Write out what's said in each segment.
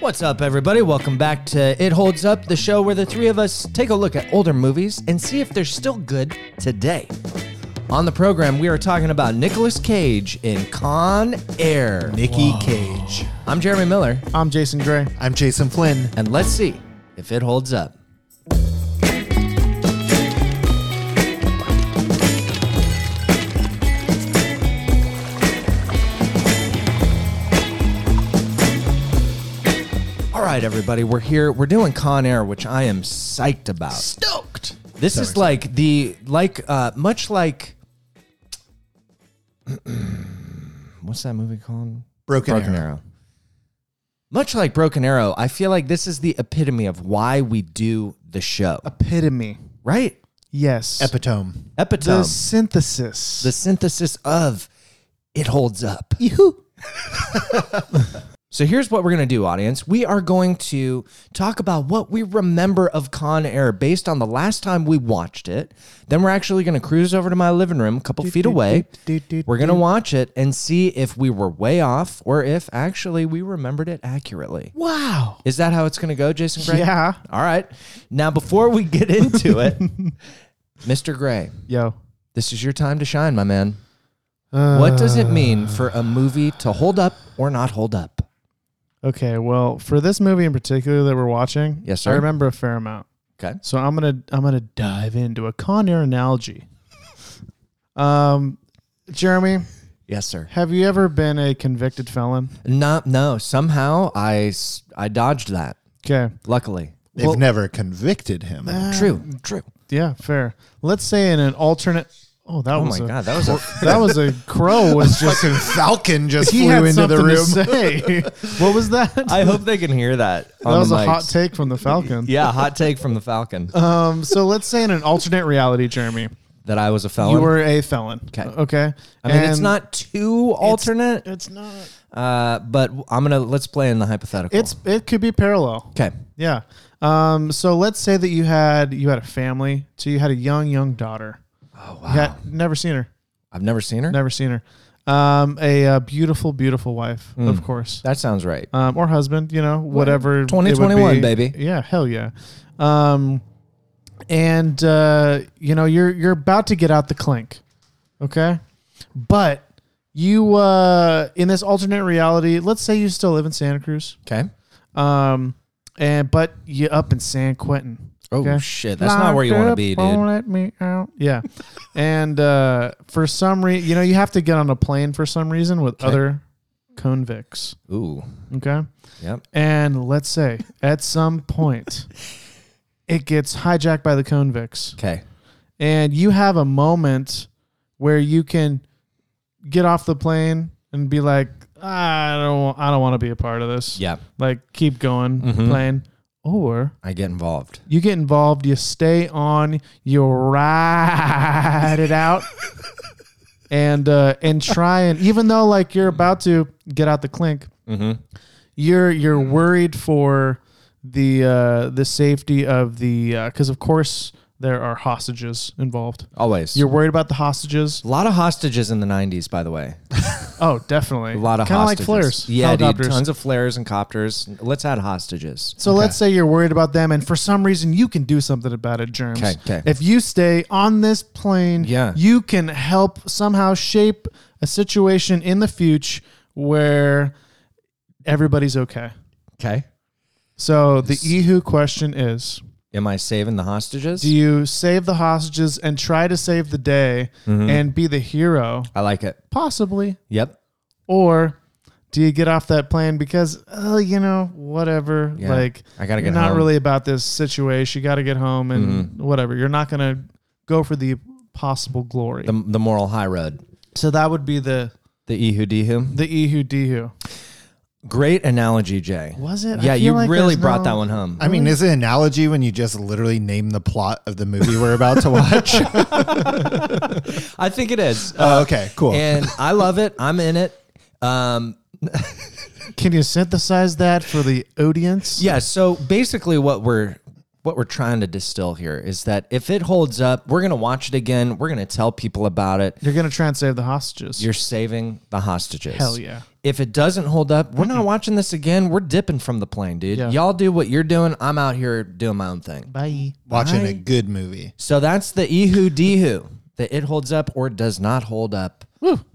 What's up, everybody? Welcome back to It Holds Up, the show where the three of us take a look at older movies and see if they're still good today. On the program, we are talking about Nicolas Cage in Con Air. Nikki Cage. I'm Jeremy Miller, I'm Jason Gray. I'm Jason Flynn. and let's see if it holds up. All right, everybody, we're here. We're doing Con Air, which I am psyched about. Stoked. This is like the like uh much like what's that movie called? Broken, Broken Arrow. Arrow. Much like Broken Arrow, I feel like this is the epitome of why we do the show. Epitome. Right? Yes. Epitome. Epitome. the The, synthesis. synthesis of it holds up. Yee-hoo. So here's what we're going to do, audience. We are going to talk about what we remember of Con Air based on the last time we watched it. Then we're actually going to cruise over to my living room a couple feet away. do, do, We're going to watch it and see if we were way off or if actually we remembered it accurately. Wow. Is that how it's going to go, Jason Gray? Yeah. All right. Now, before we get into it, Mr. Gray, Yo. this is your time to shine, my man. what does it Uh. mean for a movie to hold up or not hold up? Okay. Well, for this movie in particular that we're watching, Yes, I sir. remember a fair amount. Okay. So I'm gonna I'm gonna dive into a Con Air analogy. um, Jeremy, Yes, sir. have you ever been a convicted felon? No, no. Somehow I, s- I dodged that. Okay. Luckily. They've never convicted him. Uh, Uh. True. True. Yeah. Fair. Let's say in an alternate. Oh, that Oh was my a, God, that was a that was a crow was just Fucking Falcon just he flew had into something the room. to say. what was that? I hope they can hear that. that was a hot take from the Falcon. Yeah, hot take from the Falcon Um, so let's say in an alternate reality, Jeremy, that I was a felon. you were a felon. 'Kay. Okay. I mean, it's And not too alternate, It's not. uh, but I'm gonna let's play in the hypothetical. It's it could be parallel. okay. Yeah. Um, so let's say that you had you had a family. So you had a young young daughter. Oh wow. never seen her. I've never seen her. Never seen her. Um, a uh, beautiful, beautiful wife, of Hmm. course. That sounds right. um, or husband, you know, whatever. it would 2021, be. baby. Yeah, hell yeah. Um, and uh, you know, you're you're about to get out the clink, okay? But you uh, in this alternate reality, let's say you still live in Santa Cruz, Okay. um, and but you up in San Quentin. Oh okay? shit, that's not where you Locked want to up, be, Won't dude. let me out. Yeah, and uh, for some reason, you know, you have to get on a plane for some reason with other convicts. Ooh. Okay. Yep. And let's say at some point it gets hijacked by the convicts, Okay. and you have a moment where you can get off the plane and be like, I don't, I don't want to be a part of this. Yeah. Like, keep going, plane. Or I get involved. you get involved, you stay on, you ride it out, and uh, and try and even though like you're about to get out the clink, you're you're worried for the uh, the safety of the because of course there are hostages involved. Always. You're worried about the hostages. a lot of hostages in the '90s, by the way. Oh, definitely. A lot of kind of like hostages. flares, Yeah, dude. helicopters. Tons of flares and copters. Let's add hostages. So let's say you're worried about them, and for some reason you can do something about it, germs. 'Kay, 'kay. If you stay on this plane, Yeah. you can help somehow shape a situation in the future where everybody's okay. Okay. So the Ihu question is: Am I saving the hostages? Do you save the hostages and try to save the day Mm-hmm. and be the hero, I like it. possibly, Yep. or do you get off that plane because oh you know whatever Yeah. like I gotta you're get not home. Mm-hmm. really about this situation you got to get home and whatever you're not gonna go for the possible glory The, the moral high road. so that would be the The ihu dihu. the ihu dihu Great analogy, Jay. was it I Yeah, feel you like really there's brought no- that one home. I mean, is it an analogy when you just literally name the plot of the movie we're about to watch? I think it is. oh, okay, cool. and I love it. I'm in it. Um, can you synthesize that for the audience yeah. So basically, what we're what we're trying to distill here is that if it holds up, we're going to watch it again. We're going to tell people about it. You're gonna try and save the hostages. You're saving the hostages. Hell yeah. If it doesn't hold up, we're not watching this again. We're dipping from the plane, dude. Yeah. Y'all do what you're doing. I'm out here doing my own thing. Bye. Watching a good movie. So that's the ehu dehu, the it holds up or does not hold up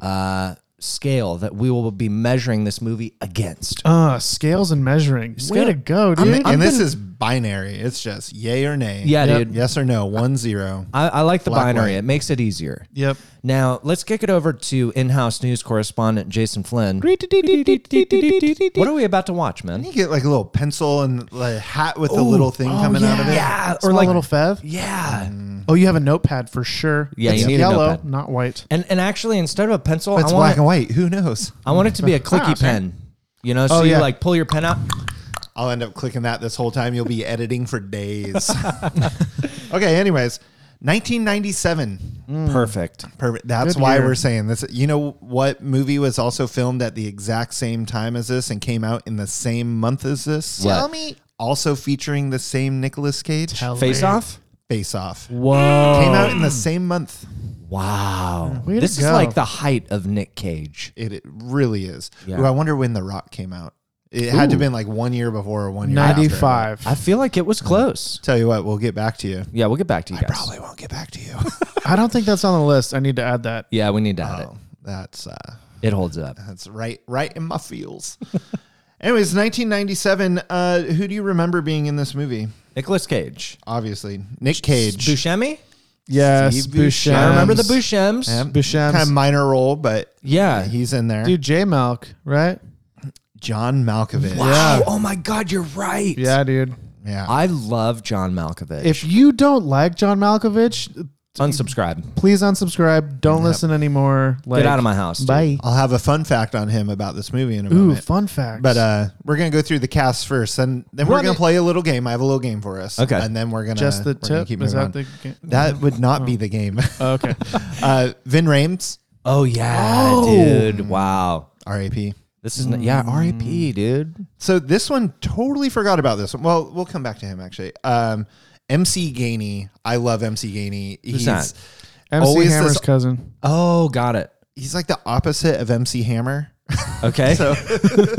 uh, scale that we will be measuring this movie against. Uh, scales and measuring. Way to go, dude. and this is binary. It's just yay or nay. Yeah, Yep. dude. Yes or no. One zero. I, I like the Black binary. light. It makes it easier. yep. Now let's kick it over to in-house news correspondent Jason Flynn. What are we about to watch, man? You get like a little pencil and like, a hat with a little thing coming out of it. Yeah, Oh, Or or like little fev. yeah, Oh, you have a notepad for sure. Yeah, it's you need a yellow, notepad. not white. and and actually instead of a pencil, But it's I black want it, and white. Who knows? I want it to be a clicky pen. You know, so Oh, you yeah. like pull your pen out. I'll end up clicking that this whole time. You'll be editing for days. okay, anyways, 1997. Perfect. Perfect. That's Good why year. we're saying this. You know what movie was also filmed at the exact same time as this and came out in the same month as this? What? Tell me. Also featuring the same Nicolas Cage. Face off. Face Off. Whoa. Came out in the same month. Wow. Way to This is go. like the height of Nick Cage. It, it really is. Yeah. Ooh, I wonder when The Rock came out. It had to have been like one year before or one year after. Ninety-five. I feel like it was close. Tell you what, we'll get back to you. Yeah, we'll get back to you guys. Probably won't get back to you. I don't think that's on the list. I need to add that. Yeah, we need to Oh. add it. that's uh, It holds up. That's right, right in my feels. Anyways, 1997. Uh, who do you remember being in this movie? Nicolas Cage. Obviously, Nick Cage. Buscemi? Yes, Steve Buscemi. Buscemi. I remember the Buscemi. Buscems. Buscemi's. Kind of minor role, but Yeah. he's in there. Dude, J Malk, right? John Malkovich. Wow. Oh my God, you're right. Yeah, dude. Yeah. I love John Malkovich. If you don't like John Malkovich, Unsubscribe. please unsubscribe. Don't listen anymore. Like, Get out of my house. dude. Bye. I'll have a fun fact on him about this movie in a Ooh, moment. fun fact. But uh, we're gonna go through the cast first, and then we're Run gonna it. play a little game. I have a little game for us. Okay. And then we're gonna just the we're gonna tip. Keep Is moving that on. the game? that would not be the game. Oh, okay. uh, Vin Rames, Oh, yeah, dude. Wow. R.A.P. This is, n- yeah, R.I.P., dude. So this one totally forgot about this. one. Well, we'll come back to him actually. Um, MC Gainey, I love MC Gainey. He's that? MC Always Hammer's this- cousin. Oh, got it. he's like the opposite of MC Hammer. Okay. So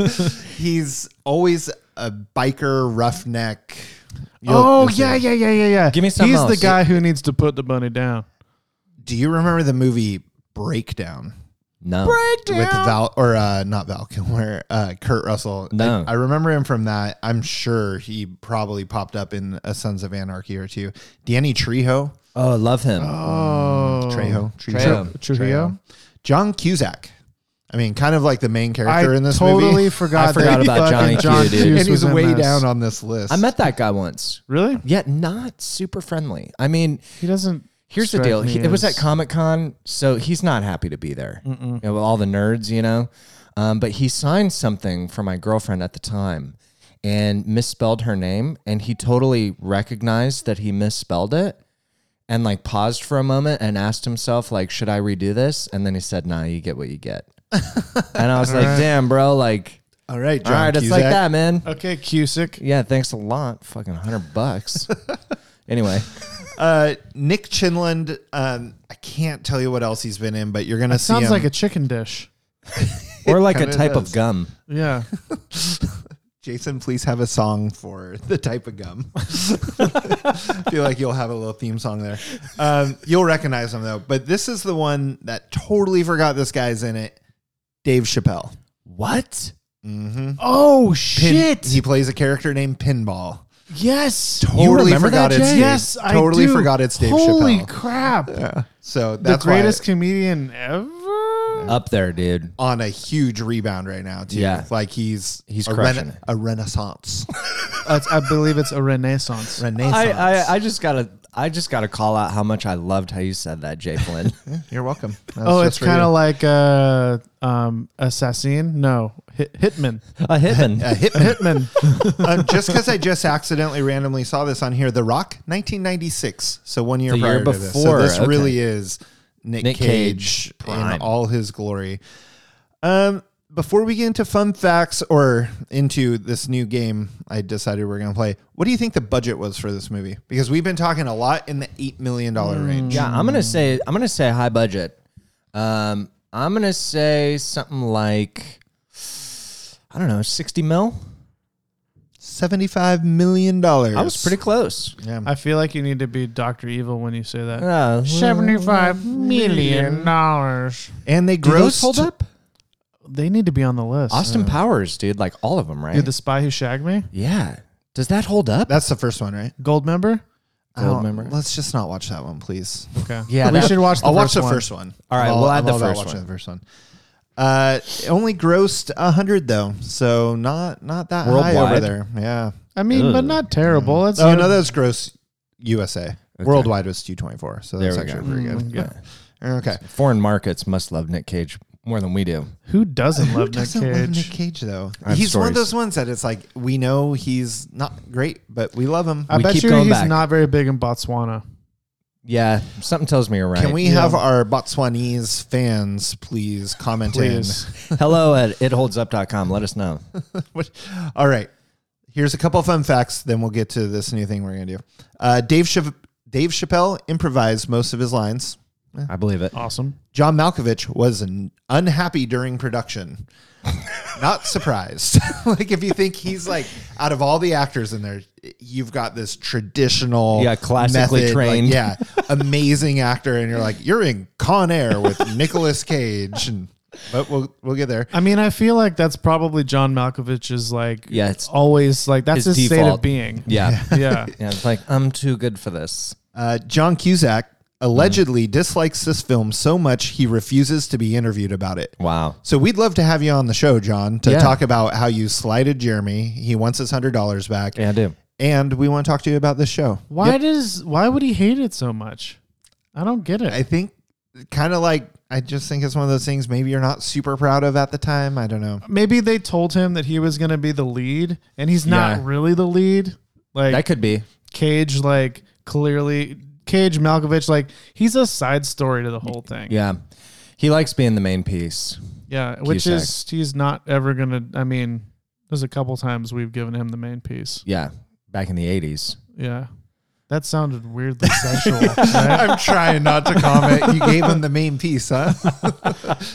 he's always a biker roughneck. You'll- oh you'll see yeah, it. yeah, yeah, yeah, yeah. Give me something He's the else. guy who needs to put the bunny down. Do you remember the movie Breakdown? no. With Val or uh, not Val Kilmer, uh, Kurt Russell. No. I, I remember him from that. I'm sure he probably popped up in a Sons of Anarchy or two. Danny Trejo, Oh, I love him. Oh, Trejo, Trejo, Trejo. Trejo. John Cusack. I mean, kind of like the main I character in this totally movie. forgot. I forgot that about Johnny fucking Q, John dude. Cuse and he's was in way this. down on this list. I met that guy once, Really? yet not super friendly. I mean, He doesn't. Here's the strike deal. me He, it was as- at Comic Con, so he's not happy to be there. You know, with all the nerds, you know. Um, but he signed something for my girlfriend at the time, and misspelled her name, and he totally recognized that he misspelled it, and like paused for a moment and asked himself like, "Should I redo this?" And then he said, "Nah, you get what you get." and I was like, "Damn, bro! Like, All right, John all right, it's Cusack. like that, man. Okay, Cusick. Yeah, thanks a lot. Fucking hundred bucks." anyway, Uh, Nick Chinlund. Um, I can't tell you what else he's been in, but you're gonna see Sounds him. like a chicken dish. or like a Kinda type of does. gum. Yeah. Jason, please have a song for the type of gum. feel like you'll have a little theme song there. Um, you'll recognize him though. But this is the one that totally forgot this guy's in it. Dave Chappelle. What? Mm-hmm. Oh Pin- shit! He plays a character named Pinball. yes, Totally forgot it's Jay? Dave. yes, I Totally do. forgot it's Dave Holy Chappelle. crap! So The that's why greatest comedian ever. Up there, dude. on a huge rebound right now too. Yeah. like he's He's a, crushing it. a renaissance. Uh, it's- I believe it's a renaissance. renaissance. I, I I just gotta I just gotta call out how much I loved how you said that, Jay Flynn. You're welcome. That was Oh, just it's for kind you. of like a um, assassin. No, hit, hitman. A hitman. a hit. Hitman. um, just because I just accidentally randomly saw this on here, The Rock, 1996. So one year The prior year to this. before, So this okay. really is Nick, Nick Cage Cage, prime. in all his glory. Um, before we get into fun facts or into this new game I decided we're going to play, what do you think the budget was for this movie? Because we've been talking a lot in the $8 million range. Yeah, I'm gonna say I'm gonna say high budget. Um, I'm gonna say something like I don't know, sixty mil. $75 million. I was pretty close. Yeah. I feel like you need to be Doctor Evil when you say that. Uh, Seventy-five million dollars. and they do those grossed. hold up? They need to be on the list. Austin Powers, dude, like all of them, right? Dude, the spy who shagged me, yeah. Does that hold up? That's the first one, right? gold member. I don't- Goldmember. Let's just not watch that one, please. Okay. Yeah, we that- should watch. The I'll first watch the one. first one. All right, I'm we'll I'm add the all about first watching one. The first one. Uh, it only grossed a hundred though, so not not that high over Worldwide? there. Yeah. I mean, but Ugh. not terrible. It's Oh no, that's gross. USA worldwide was two twenty four, so that's There we actually go. Mm, pretty good. Yeah. Okay. Foreign markets must love Nick Cage more than we do. Who doesn't love Nick Doesn't Cage? love Nick Cage though. I have he's one of stories. those ones that it's like we know he's not great, but we love him. I We bet keep you going he's back. not very big in Botswana. Yeah, something tells me you're right. Can we have our Botswanese fans please comment Please. Hello at itholdsup.com. Let us know. in? What- All right. Here's a couple fun facts, then we'll get to this new thing we're gonna do. Uh, Dave Chapp- Dave Chappelle improvised most of his lines. I believe it. Awesome. John Malkovich was an unhappy during production. Not surprised. like if you think he's like out of all the actors in there, you've got this traditional, Yeah, classically method, like, trained. yeah, amazing actor, and you're like you're in Con Air with Nicolas Cage, and but we'll we'll get there. I mean, I feel like that's probably John Malkovich's like Yeah, it's always like that's his his state default. of being. Yeah. Yeah. yeah, it's like I'm too good for this. Uh, John Cusack allegedly dislikes this film so much he refuses to be interviewed about it. Wow. So we'd love to have you on the show, John, to Yeah. talk about how you slighted Jeremy. He wants his hundred dollars back. Yeah, I do. and we want to talk to you about this show. Why does why would he hate it so much? I don't get it. I think kind of like I just think it's one of those things maybe you're not super proud of at the time. I don't know. Maybe they told him that he was going to be the lead and he's not Yeah. really the lead. Like That could be. Cage like clearly Cage Malkovich like he's a side story to the whole thing. Yeah. He likes being the main piece. Yeah, which Cusack. is he's not ever going to I mean, there's a couple times we've given him the main piece. Yeah. Back in the 80s. Yeah. That sounded weirdly sexual. right? I'm trying not to comment. You gave him the main piece, huh?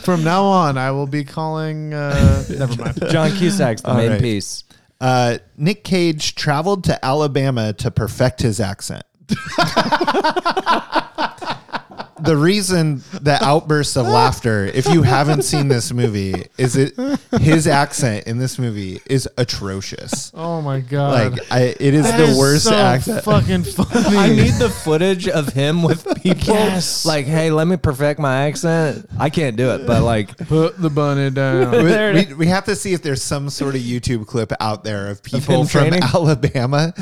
From now on, I will be calling. Uh, never mind. John Cusack's the main right. piece. Uh, Nick Cage traveled to Alabama to perfect his accent. the reason the outbursts of laughter, if you haven't seen this movie, is it his accent in this movie is atrocious. Oh my god! Like I, it is That the is worst so accent. Fucking funny. I need the footage of him with people. Yes. Like, hey, let me perfect my accent. I can't do it, but like, Put the bunny down. We- There it we, we have to see if there's some sort of YouTube clip out there of people him from training? Alabama.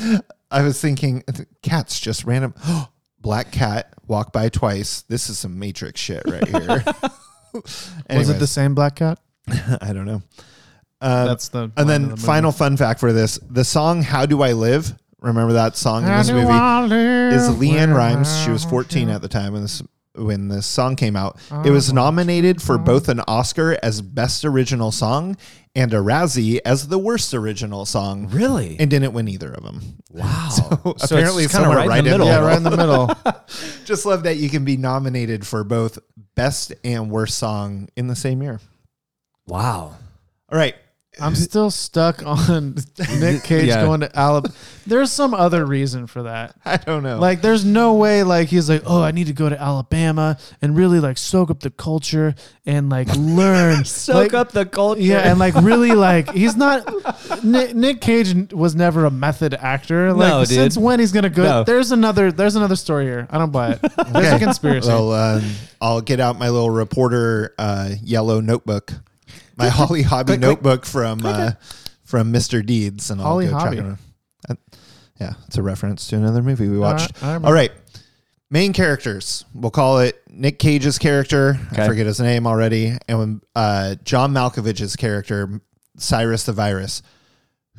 I was thinking, cats just random. Black cat walk by twice. This is some Matrix shit right here. Was it the Anyways, same black cat? I don't know. That's the. And line of then the movie. final fun fact for this: the song "How Do I Live." Remember that song in How this do movie? I live is when Leanne Rhymes. She was I- 14 at the time when this when this song came out. It Oh. was nominated for both an Oscar as Best Original Song and a Razzie as the worst original song. really? And didn't win either of them. wow. it's apparently kinda somewhere right in the middle. Yeah, right in the middle. Just love that you can be nominated for both best and worst song in the same year. Wow. All right. I'm still stuck on Nick Cage Yeah. going to Alabama. There's some other reason for that. I don't Oh. know. Like, there's no way, like, he's like, oh, I need to go to Alabama and really, like, soak up the culture and, like, learn. Soak Like, up the culture. Yeah, and like really, like he's not. Nick, Nick Cage n- was never a method actor. Like No, dude. since when he's gonna go? No. There's another. There's another story here. I don't buy it. There's a conspiracy. well, um, I'll get out my little reporter uh, yellow notebook, my Holly Hobby notebook from uh, from Mr. Deeds, and I'll Holly go Hobby. track him. Uh, Yeah, it's a reference to another movie we watched. I remember. All right, main characters. We'll call it Nick Cage's character. Okay. I forget his name already, and uh, John Malkovich's character, Cyrus the Virus.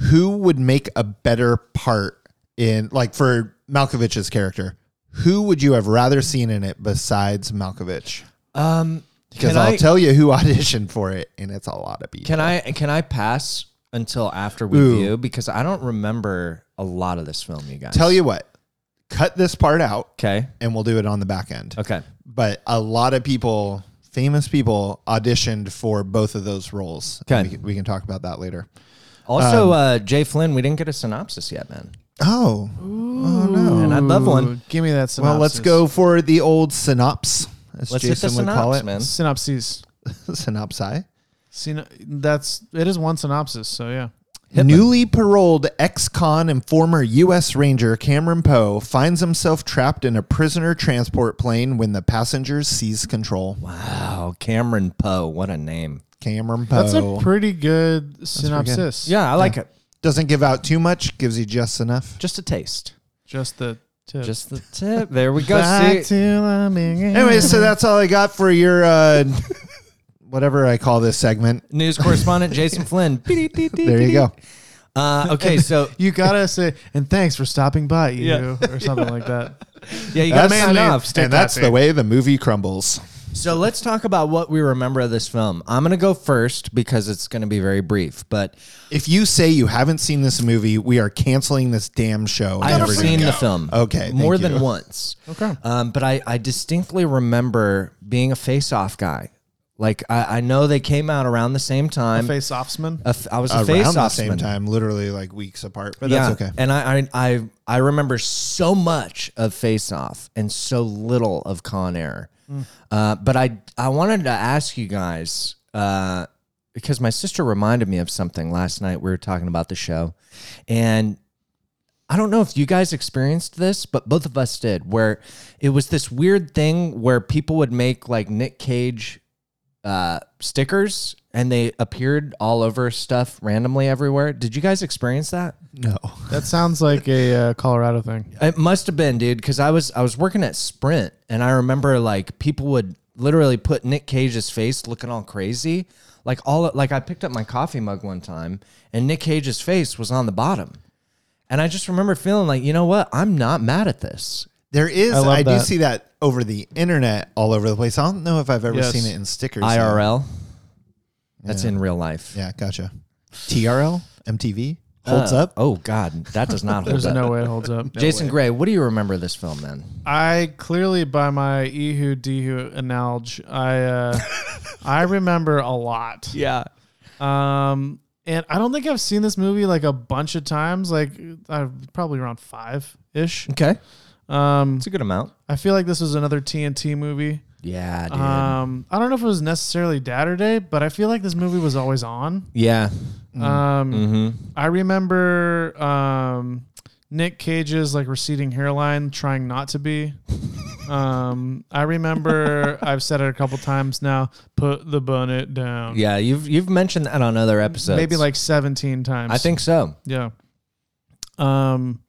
Who would make a better part in like for Malkovich's character? Who would you have rather seen in it besides Malkovich? Um, Because Can I'll I- tell you who auditioned for it, and it's a lot of people. Can I can I pass until after we Ooh. view because I don't remember a lot of this film, you guys. tell you what, cut this part out, Okay. and we'll do it on the back end. Okay. But a lot of people, famous people, auditioned for both of those roles. Okay. we, can- we can talk about that later. Um, Also, uh, Jay Flynn, we didn't get a synopsis yet, man. Oh, oh no. And I'd love one. Give me that synopsis. Well, let's go for the old synopsis, as Let's Jason hit the would call synopsis, it. man. Synopses. Synopsi. Syno- that's it is one synopsis. So yeah. Newly paroled ex con and former U.S. Ranger Cameron Poe finds himself trapped in a prisoner transport plane when the passengers seize control. Wow, Cameron Poe, what a name. Cameron That's Poe a pretty good pretty good. synopsis. Yeah, I like it. doesn't give out too much, gives you just enough. Just a taste. Just the tip. Just the tip. There we go. Back See, to the beginning. Anyway, so that's all I got for your uh, whatever I call this segment. news correspondent Jason Flynn. There you go. Uh, okay, so you gotta say, and thanks for stopping by, you Yeah. or something like that. yeah, you got to That's- sign off. and that's the way the movie crumbles. So let's talk about what we remember of this film. I'm going to go first because it's going to be very brief, but If you say you haven't seen this movie, we are canceling this damn show. I have seen the film. Okay, thank More you. than once. Okay. Um, but I, I distinctly remember being a face off guy. Like, I, I know they came out around the same time. Face offsman. A f- I was a around face the off same time, literally like weeks apart. But that's okay. And I, I I I remember so much of Face Off and so little of Con Air. Mm. Uh, but I I wanted to ask you guys uh, because my sister reminded me of something last night. We were talking about the show, and I don't know if you guys experienced this, but both of us did. Where it was this weird thing where people would make like Nick Cage uh, stickers and they appeared all over stuff randomly everywhere. Did you guys experience that? No. that sounds like a uh, Colorado thing. It must have been, dude, because I was I was working at Sprint and I remember like people would literally put Nick Cage's face looking all crazy. Like all like I picked up my coffee mug one time and Nick Cage's face was on the bottom. And I just remember feeling like, you know what? I'm not mad at this. There is I I, love do that. see that over the internet all over the place. I don't know if I've ever Yes. seen it in stickers. though. IRL. That's in real life. Yeah, gotcha. TRL? MTV? Holds Uh, up? Oh God, that does not hold There's up. no way it holds up. Jason Gray, what do you remember of this film, man? I clearly, by my E ehu dehu analogy, I uh, I remember a lot. Yeah. Um, and I don't think I've seen this movie like a bunch of times. Like i probably around five ish. Okay. Um, It's a good amount. I feel like this was another TNT movie. Yeah, dude. Um, I don't know if it was necessarily Dad Day, but I feel like this movie was always on. yeah. Um, Mm-hmm. I remember um, Nick Cage's like receding hairline, trying not to be. um, I remember I've said it a couple times now. Put the bonnet down. Yeah, you've you've mentioned that on other episodes. maybe like seventeen times. I think so. Yeah. Um,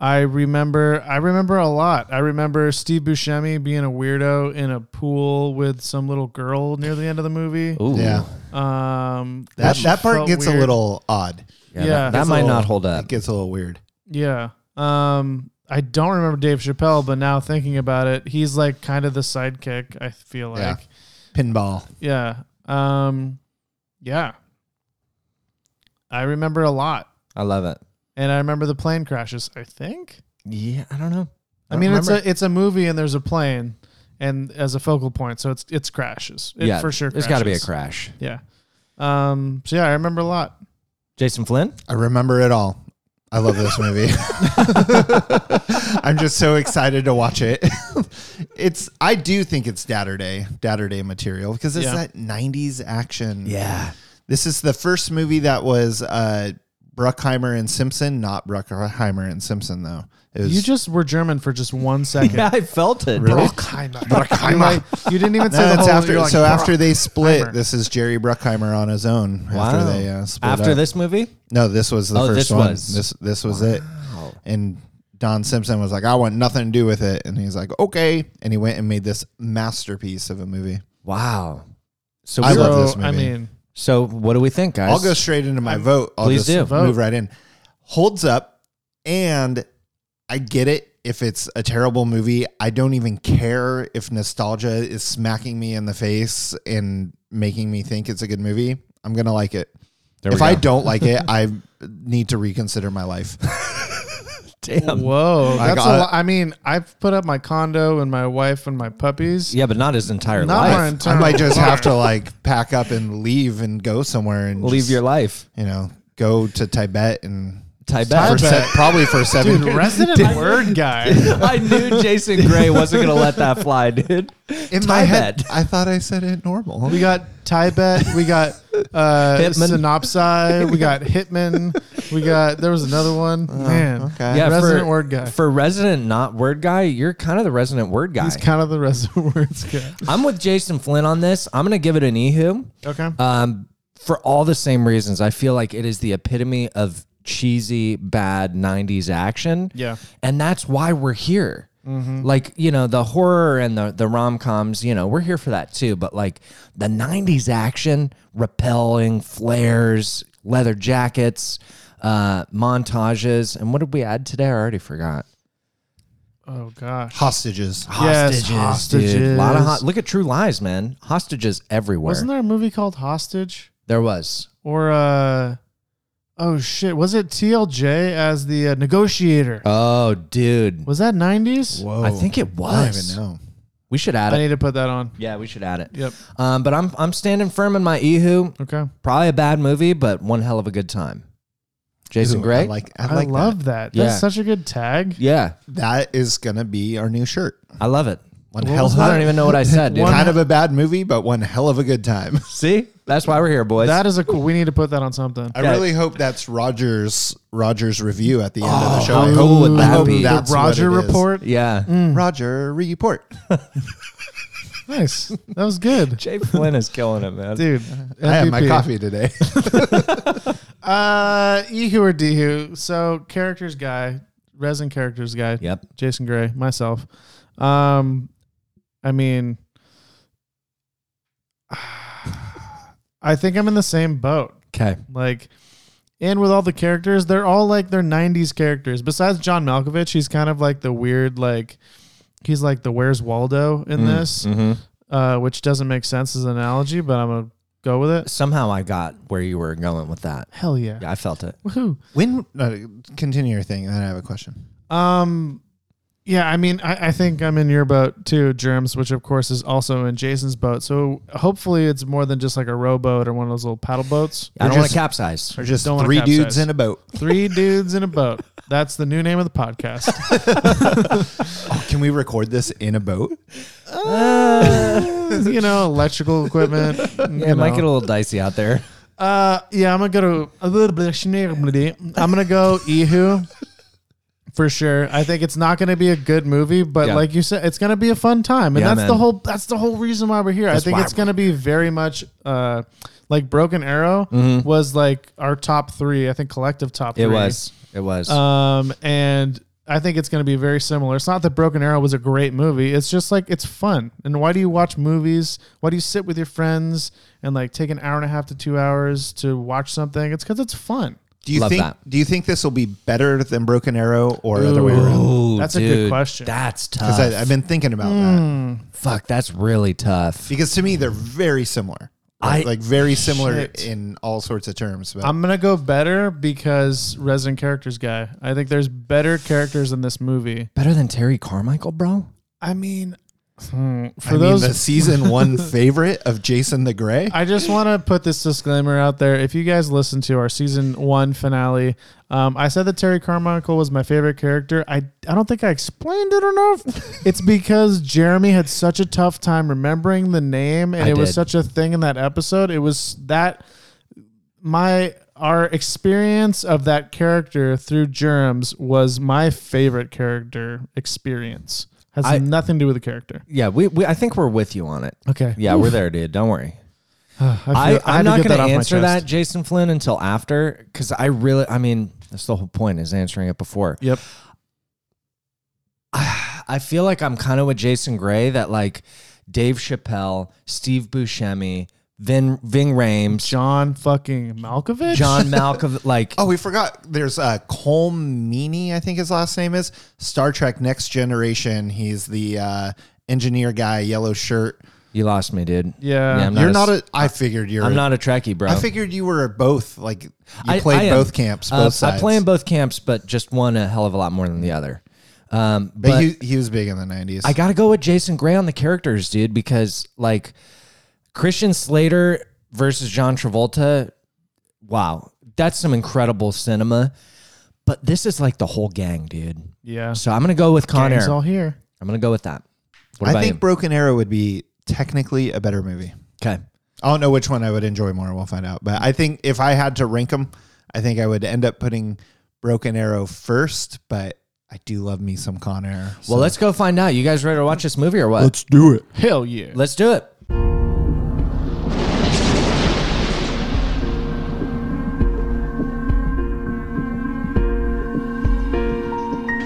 I remember. I remember a lot. I remember Steve Buscemi being a weirdo in a pool with some little girl near the end of the movie. Ooh. Yeah. Um, That, which that part felt gets a weird. little odd. Yeah, Yeah. that, that It's a might little- not hold It up. gets a little weird. Yeah. Um, I don't remember Dave Chappelle, but now thinking about it, he's like kind of the sidekick. I feel Yeah. like. Pinball. Yeah. Um, yeah. I remember a lot, I love it. and I remember the plane crashes. I think. Yeah, I don't know. I, mean, don't it's a it's a movie, and there's a plane, and as a focal point, so it's it's crashes. It yeah, for sure. There's got to be a crash. crashes. Yeah. Um. So yeah, I remember a lot. Jason Flynn. I remember it all. I love this movie. I'm just so excited to watch it. it's I do think it's Datter Day, Datter Day material because it's Yeah. that 90s action. Yeah. This is the first movie that was uh Bruckheimer and Simpson, not Bruckheimer and Simpson though. It was You just were German for just one second. Yeah, I felt it. You're like- you didn't even say the No, that's whole. after. you're like, so after they Bruckheimer. split, this is Jerry Bruckheimer on his own. Wow. After they uh, split After up. this movie, No, this was the Oh, first this one. was. This this was it. And Don Simpson was like, I want nothing to do with it. And he's like, Okay. And he went and made this masterpiece of a movie. wow. So I we love were, So, this I movie. mean, so what do we think, guys? I'll go straight into my vote. I'll Please just do. move right in. Holds up and I get it. if it's a terrible movie. I don't even care if nostalgia is smacking me in the face and making me think it's a good movie. I'm gonna like it. There we if I go. don't like it, I need to reconsider my life. Damn. Whoa, I that's a got- lot. I mean, I've put up my condo and my wife and my puppies. Yeah, but not his entire Not life. my I entire might just have to like pack up and leave and go somewhere and Leave just, your life. you know go to Tibet and Tibet. for se- probably for seven. Dude, resident word guy. I knew Jason Gray wasn't going to let that fly, dude. in my head, I thought I said it normal. We got Tibet. We got uh, Hitman. Synopsi. We got Hitman. We got there was another one. Man, okay. Yeah, resident for, word guy. For resident, not word guy, you're kind of the resident word guy. He's kind of the resident words guy. I'm with Jason Flynn on this. I'm going to give it an ehu. Okay. Um, for all the same reasons, I feel like it is the epitome of cheesy, bad 90s action. Yeah. Mm-hmm. And that's why we're here. Like, you know, the horror and the, the rom coms, you know, we're here for that too. But like the 90s action, repelling, flares, leather jackets, uh, montages. And what did we add today? I already forgot. Oh gosh. Hostages. Yes, Hostages. Dude. A lot of hostages. ho- Look at True Lies, man. Hostages everywhere. Wasn't there a movie called Hostage there was. or uh? Oh shit! Was it TLJ as the uh, negotiator? Oh, dude. Was that nineties? Whoa. I think it was. Oh, I don't even know. We should add I it. need to put that on. Yeah, we should add it. Yep. Um, but I'm I'm standing firm in my Ehu. Okay. Probably a bad movie, but one hell of a good time. Jason Ooh, Gray. I like. I, I, like love that. That's Yeah. such a good tag. yeah, that. That is gonna be our new shirt. I love it. One What hell was of I don't even know what I said, dude. One- kind of a bad movie, but one hell of a good time. See, that's why we're here, boys. That is a cool. We need to put that on something. I Yeah. really hope that's Roger's Roger's review at the end of the show. how I cool hope- would I that hope be? The that's the what Roger it is. report. yeah. Mm. Roger report. Nice. That was good, Jay Flynn is killing it, man. dude. I had my MVP. coffee today. Uh, Ehu or Dehu. So characters guy, resin characters guy. Yep. Jason Gray, myself. Um, I mean, I think I'm in the same boat. Okay. Like, and with all the characters, they're all like they're '90s characters. Besides John Malkovich, he's kind of like the weird, like he's like the Where's Waldo in this, Mm-hmm. uh, which doesn't make sense as an analogy, but I'm gonna go with it. Somehow I got where you were going with that. Hell yeah! Yeah, I felt it. Woohoo! when no, continue your thing, and then I have a question. Um, yeah, I mean, I, I think I'm in your boat too, Germs, which of course is also in Jason's boat. So hopefully it's more than just like a rowboat or one of those little paddle boats. I We're don't want just- to capsize. Or just Don't wanna three capsize. dudes in a boat. Three dudes in a boat. That's the new name of the podcast. Oh, can we record this in a boat? you know, electrical equipment. Yeah, it might get a little dicey out there. Uh, yeah, I'm gonna go to a little bit. I'm gonna go Ihu for sure. I think it's not gonna be a good movie, but Yeah. like you said, it's gonna be a fun time, and Yeah, that's the man. whole that's the whole reason why we're here. I think why it's gonna be very much uh, like Broken Arrow was like our top three. I think collective top. Mm-hmm. It three. was. It was. Um, and I think it's going to be very similar. It's not that Broken Arrow was a great movie. It's just like it's fun. And why do you watch movies? Why do you sit with your friends and like take an hour and a half to two hours to watch something? It's because it's fun. Do you Love think? that. Do you think this will be better than Broken Arrow or other way around? Ooh, that's a good dude, question. That's tough. Because I've been thinking about Hmm. that. Fuck, that's really tough. Because to me, they're very similar. I- Like, like very similar Shit. in all sorts of terms. But I'm gonna go better because resident characters guy. I think there's better characters in this movie. Better than Terry Carmichael, bro? I mean, hmm, for I those mean, the season one favorite of Jason the Gray. I just want to put this disclaimer out there. If you guys listen to our season one finale, um, I said that Terry Carmichael was my favorite character. I, I don't think I explained it enough. it's because Jeremy had such a tough time remembering the name, and I it was did. such a thing in that episode. It was that my our experience of that character through Germs was my favorite character experience. Has I- nothing to do with the character. Yeah, we, we I think we're with you on it. Okay. Yeah, we're there, dude. Don't worry. feel- I, had I'm to not get going off to my answer chest. that, Jason Flynn, until after, because I really, I mean, that's the whole point is answering it before. Yep. I feel like I'm kind of with Jason Gray that like Dave Chappelle, Steve Buscemi, Vin Ving Rames, John fucking Malkovich. John Malkovich. Like Oh, we forgot. There's uh, Colm Meaney, I think his last name is Star Trek Next Generation. He's the uh, engineer guy, yellow shirt. you lost me, dude. Yeah. I'm you're not a. a. I figured you're. I'm a- not a Trekkie, bro. I figured you were both. Like you I- played I am. both camps, both Uh, sides. I play in both camps, but just one a hell of a lot more than the other. Um, But, but he, he was big in the '90s. I gotta go with Jason Gray on the characters, dude, because like Christian Slater versus John Travolta, wow, that's some incredible cinema. But this is like the whole gang, dude. Yeah. So I'm gonna go with Con Gang's Air. all here. I'm gonna go with that. What I about think you? Broken Arrow would be technically a better movie. Okay. I don't know which one I would enjoy more. We'll find out. But I think if I had to rank them, I think I would end up putting Broken Arrow first. But I do love me some Con Air. so- Well, let's go find out. You guys ready to watch this movie or what? Let's, do it. Hell yeah. do it.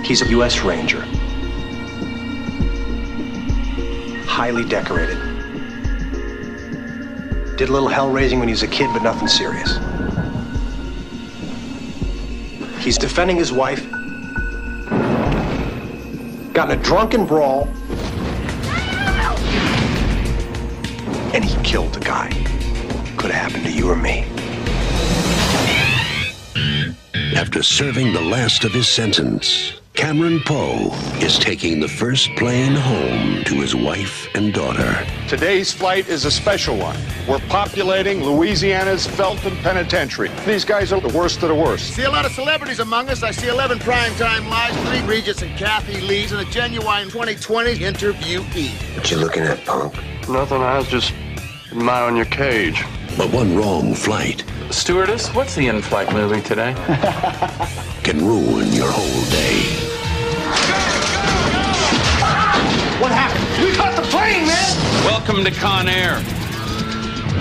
He's a U.S. Ranger. Highly decorated. Did a little hell raising when he was a kid, but nothing serious. He's defending his wife. Got in a drunken brawl. And he killed the guy. Could have happened to you or me. After serving the last of his sentence, Cameron Poe is taking the first plane home to his wife and daughter. Today's flight is a special one. We're populating Louisiana's Felton Penitentiary. These guys are the worst of the worst. See a lot of celebrities among us. I see 11 primetime lives, three Regis and Kathy Lees, and a genuine 2020 interviewee. What you looking at, punk? Nothing. I was just admiring your cage. But one wrong flight Stewardess, what's the in-flight movie today? can ruin your whole day. What happened? We caught the plane, man! Welcome to Con Air.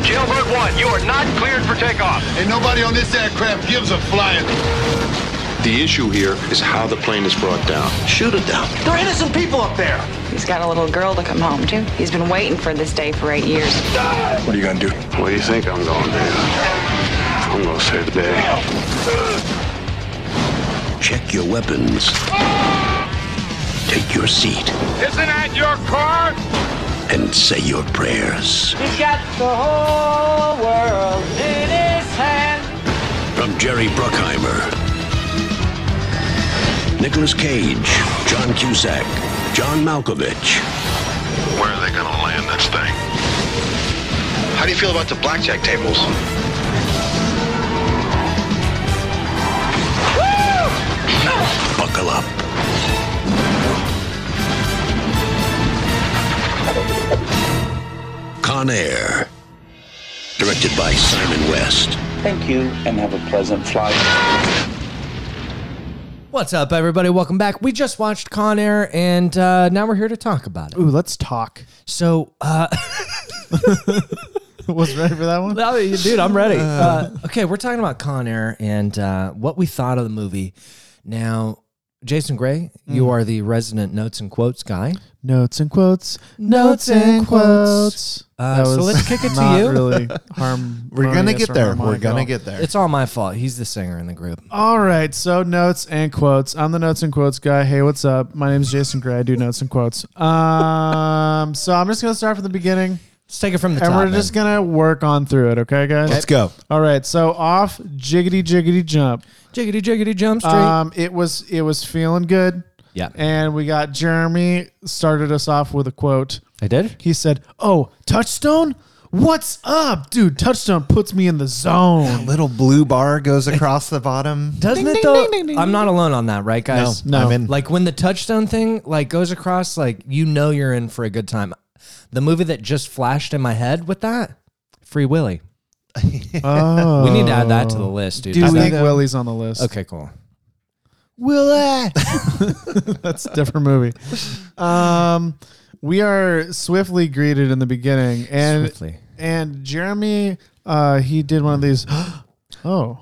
Jailbird 1, you are not cleared for takeoff. And nobody on this aircraft gives a flying. The issue here is how the plane is brought down. Shoot it down. There are innocent people up there. He's got a little girl to come home to. He's been waiting for this day for eight years. What are you gonna do? What do you think I'm going to do? I'm going to save the day. Check your weapons. Take your seat Isn't that your car? and say your prayers. He's got the whole world in his hand. From Jerry Bruckheimer, Nicolas Cage, John Cusack, John Malkovich. Where are they gonna land this thing? How do you feel about the blackjack tables? Buckle up. Con Air. Directed by Simon West. Thank you, and have a pleasant flight. What's up, everybody? Welcome back. We just watched Con Air, and uh, now we're here to talk about it. Ooh, let's talk. So, uh, Was ready for that one? I mean, dude, I'm ready. Uh, okay, we're talking about Con Air and uh, what we thought of the movie. Now, Jason Gray, Mm. you are the resident notes and quotes guy. Notes and quotes. Notes and quotes. Uh, That so was let's kick it to not you. Really harm. We're gonna get there. We're gonna get there. It's all my fault. He's the singer in the group. All right, so notes and quotes. I'm the notes and quotes guy. Hey, what's up? My name's Jason Gray. I do notes and quotes. Um, so I'm just gonna start from the beginning, Let's take it from the and top. we're man. just gonna work on through it. Okay, guys. Let's go. All right, so off jiggity jiggity jump. jiggity jiggity jump straight. Um, it was it was feeling good. Yeah. and we got Jeremy started us off with a quote. I did. He said, "Oh, Touchstone, what's up, dude? Touchstone puts me in the zone." Little blue bar goes across the bottom. Doesn't Ding, it ding, though? ding, ding, ding, I'm not alone on that, right, No, guys? No. I'm in. Like when the touchstone thing like goes across, like you know you're in for a good time. The movie that just flashed in my head with that, Free Willy. Oh, We need to add that to the list, dude. Do I I think- think Willie's on the list. okay, cool. Willie. That's a different movie. Um, we are swiftly greeted in the beginning, and Swiftly. and Jeremy, uh, he did one of these. oh,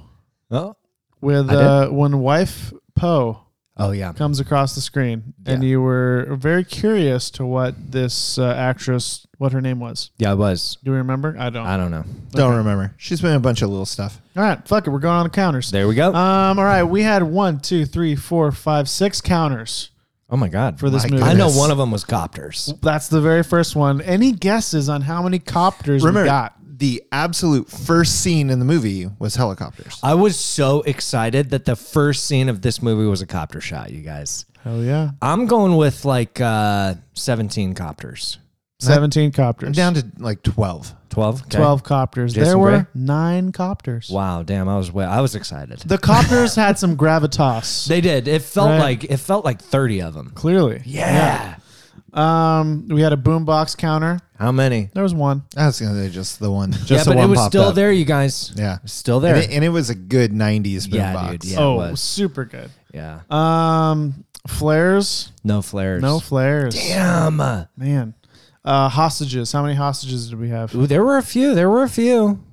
Oh, with did? uh, one wife Poe. Oh yeah. comes across the screen, and you were very curious to what this uh, actress, what her name was. Yeah, I was. Do we remember? I don't. I don't know. Don't remember. She's been in a bunch of little stuff. All right, fuck it. We're going on the counters. There we go. Um. All right, we had one, two, three, four, five, six counters oh my god. for this My movie. I know one of them was copters. That's the very first one. Any guesses on how many copters Remember, we got? the absolute first scene in the movie was helicopters. I was so excited that the first scene of this movie was a copter shot, you guys. Oh yeah, I'm going with like uh 17 copters. seventeen copters. I'm down to like 12. 12? Okay. 12 copters. Jason there were Gray? nine copters. Wow, damn. I was way, I was excited. The copters had some gravitas. they did. It felt Right. like it felt like 30 of them. clearly. Yeah. Um, we had a boombox counter. How many? There was one. I was going to say just the one. Just yeah, the but one it was popped still up. there, you guys. Yeah. Still there. And it, and it was a good 90s boombox. Yeah, box. dude, yeah. oh, it was. super good. yeah. Um, flares. No flares. No flares. Damn. Ooh, Man. Uh, hostages. How many hostages did we have? there were a few. There were a few.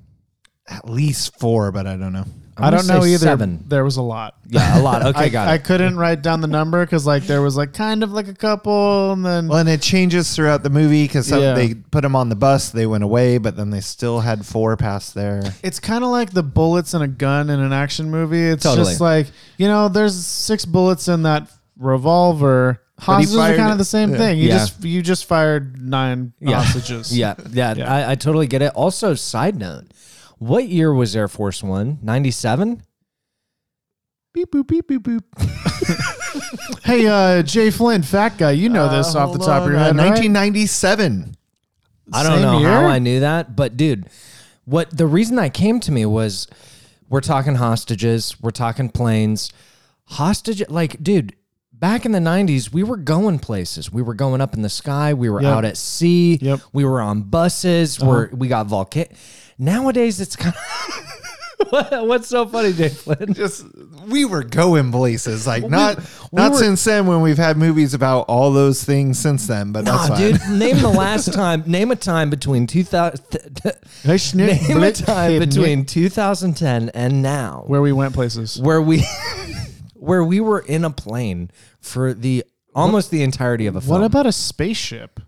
At least four, but I don't know. I'm I don't gonna know say either. Seven. There was a lot. Yeah, a lot. Okay, I, got I it. couldn't write down the number because like there was like kind of like a couple and then Well, and it changes throughout the movie because Yeah. they put them on the bus, they went away, but then they still had four past there. it's kind of like the bullets in a gun in an action movie. It's Totally. just like you know, there's six bullets in that revolver. he Hostages are fired kind it- of the same yeah. thing. You Yeah. just you just fired nine Yeah. hostages. Yeah, yeah, Yeah. I, I totally get it. Also, side note, what year was Air Force One? 97? Beep boop beep boop boop. hey, uh, Jay Flynn, fat guy, you know this Uh, off the top of your head, right? 1997. I don't Same know year? how I knew that, but dude, what the reason that came to me was we're talking hostages, we're talking planes, hostage. Like, dude, back in the 90s, we were going places. We were going up in the sky, we were Yep. out at sea, Yep. Uh-huh. we were on buses, we're, we got volcano. Nowadays, it's kind of. what's so funny, Jay Flynn? just we were going places like not we not were- since then when we've had movies about all those things since then but that's Nah, fine dude, name the last time. Name a time between 2000. Hey, schnick, name a blick, time schnick, between 2010 and now where we went places. where we where we were in a plane for the almost the entirety of a film. What about a spaceship?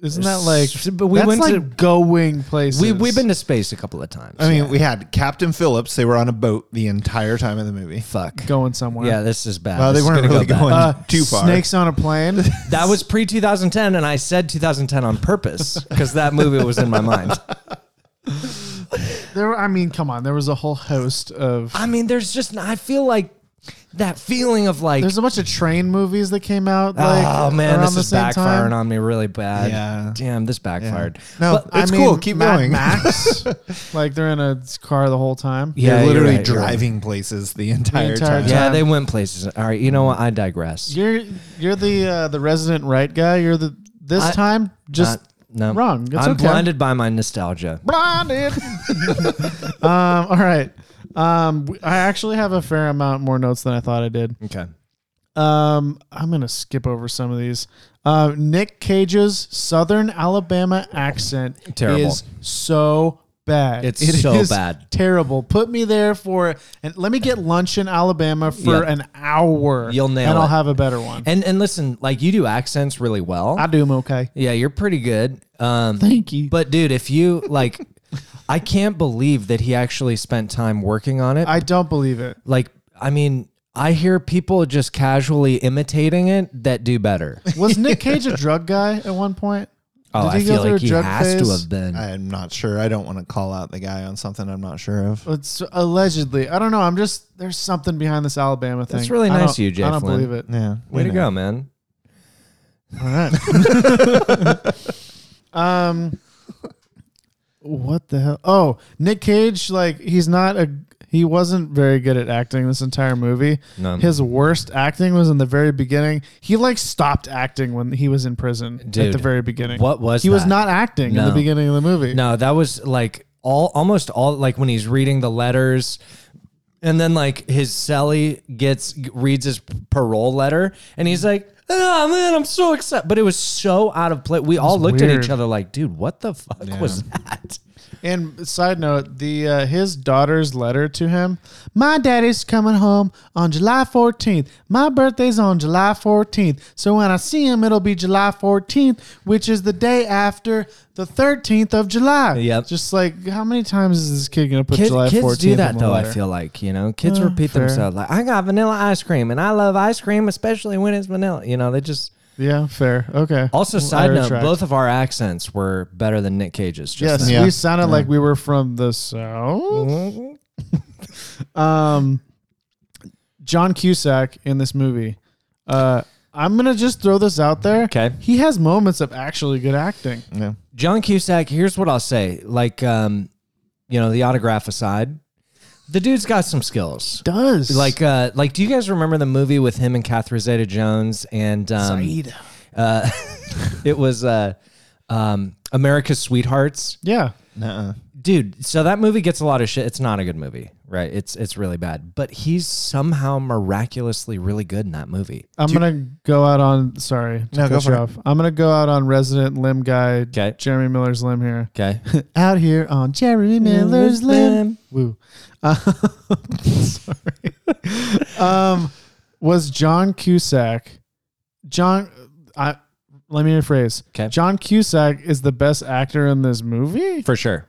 Isn't that like S- but we that's went like to- going places? we we've been to space a couple of times. i mean we had captain phillips they were on a boat the entire time of the movie fuck. going somewhere. Yeah, this is bad. well they This is weren't gonna go really bad. going Uh, too far Snakes on a plane. That was pre 2010, and I said 2010 on purpose because that movie was in my mind. There, were- I mean, come on. There was a whole host of. I mean, there's just I feel like that feeling of like, There's a bunch of train movies that came out. Like, oh man, around this the is same backfiring time. on me really bad. Yeah. damn, this backfired. no But- it's cool keep Mad going Max. like they're in a car the whole time. Yeah, you're you're literally right, you're right. driving places the entire, entire time, time. yeah, they went places. All right, you know what? I digress. You're you're the uh, the resident right guy. You're the this I- time just Not- no. wrong. It's I'm okay. blinded by my nostalgia. blinded. um. All right. Um. w- I actually have a fair amount more notes than I thought I did. Okay. Um, I'm gonna skip over some of these. Uh, Nick Cage's Southern Alabama accent Terrible. is so bad. It's so bad. Terrible. Put me there for and let me get lunch in Alabama for Yeah. an hour. You'll nail and it. I'll have a better one. And and listen, like you do accents really well. I do 'em okay. yeah, you're pretty good. Um, Thank you. but dude, if you like, I can't believe that he actually spent time working on it. I don't believe it. like, I mean, I hear people just casually imitating it that do better. Was Nick Cage a drug guy at one point? Oh, Did I he go feel through like a he drug has to phase? have been. i'm not sure i don't want to call out the guy on something i'm not sure of It's allegedly. I don't know. I'm just there's something behind this Alabama thing. That's really I nice don't- of you, Jay I don't Flynn. believe it. yeah Way to go, man. All right. um, what the hell? Oh, Nick Cage, like he's not a he wasn't very good at acting this entire movie. No. His worst acting was in the very beginning. He like stopped acting when he was in prison at the Dude, very beginning. what was he was that? not acting in No. the beginning of the movie. No, that was like all almost all like when he's reading the letters and then like his celly gets reads his parole letter and he's like oh man, I'm so excited. But it was so out of place. We all looked at weird. each other like, dude, what the fuck was that? And side note, the uh, his daughter's letter to him: My daddy's coming home on July 14th. My birthday's on July 14th, so when I see him, it'll be July 14th, which is the day after the 13th of July. Yep. Just like how many times is this kid gonna put Kid- July kids 14th? do in that the though. letter? I feel like you know, kids Uh, repeat fair. themselves. Like, I got vanilla ice cream, and I love ice cream, especially when it's vanilla. You know, they just. Mm, Yeah, fair. Okay. Also, Well, I side note, retract. both of our accents were better than Nick Cage's. Just Yes, now. Yeah. we sounded like we were from the south. Mm-hmm. um, John Cusack in this movie. Uh, I'm gonna just throw this out there. Okay. he has moments of actually good acting. John Cusack. Here's what I'll say. Like, um, you know, the autograph aside, the dude's got some skills. Does Like, uh, like, do you guys remember the movie with him and Catherine Zeta-Jones and um, Saida. Uh, it was uh, um, America's Sweethearts. Yeah, Nuh-uh. dude so that movie gets a lot of shit it's not a good movie right it's it's really bad but he's somehow miraculously really good in that movie I'm gonna go out on. Sorry, to No, cut go you for it. off. I'm gonna go out on resident limb guy, 'Kay. Jeremy Miller's limb here. okay Out here on Jeremy Miller's limb. Woo. Uh, sorry. um, was John Cusack? John, I let me rephrase. 'Kay. John Cusack is the best actor in this movie. for sure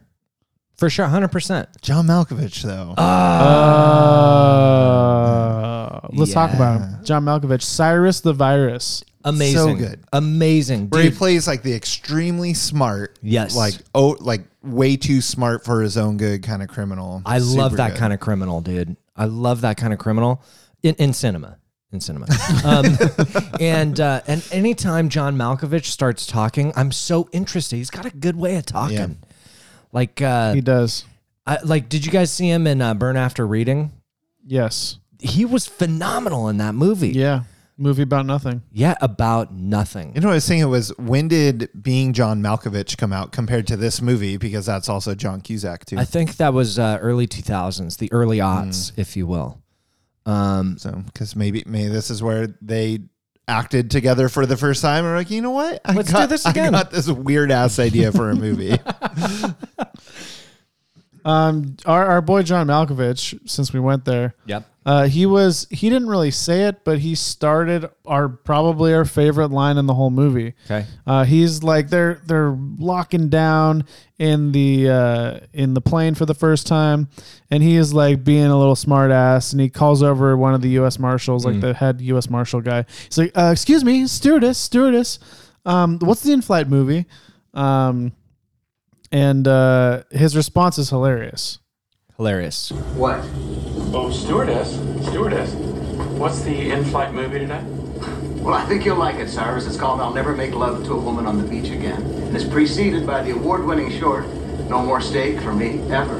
for sure 100% John Malkovich though. Oh, Uh, let's talk Yeah. about him. John Malkovich, Cyrus the Virus. amazing So good. amazing where he dude. plays like the extremely smart, Yes. like oh, like way too smart for his own good kind of criminal. i love that kind of criminal dude i love that kind of criminal in, in cinema in cinema um, and uh, and anytime john malkovich starts talking i'm so interested he's got a good way of talking like uh, He does. I, like did you guys see him in uh, burn after reading Yes. he was phenomenal in that movie. Yeah. Movie about nothing. Yeah, about nothing. You know what I was thinking was when did Being John Malkovich come out compared to this movie? Because that's also John Cusack too. I think that was uh, early 2000s, the early aughts, if you will. Um, so because maybe maybe this is where they acted together for the first time and were like, you know what? I Let's do this again." I got this weird ass idea for a movie. Um, our, our boy John Malkovich, since we went there, yep. Uh, he was he didn't really say it, but he started our probably our favorite line in the whole movie. Okay. Uh, he's like they're they're locking down in the uh, in the plane for the first time, and he is like being a little smart ass, and he calls over one of the U.S. marshals, Mm. like the head U.S. marshal guy. He's like, uh, "Excuse me, stewardess, stewardess, um, what's the in-flight movie?" Um, and uh, his response is hilarious. Hilarious. What? Oh, stewardess. Stewardess. What's the in flight movie today? Well, I think you'll like it, Cyrus. It's called I'll Never Make Love to a Woman on the Beach Again. And it's preceded by the award winning short, No More Steak for Me Ever.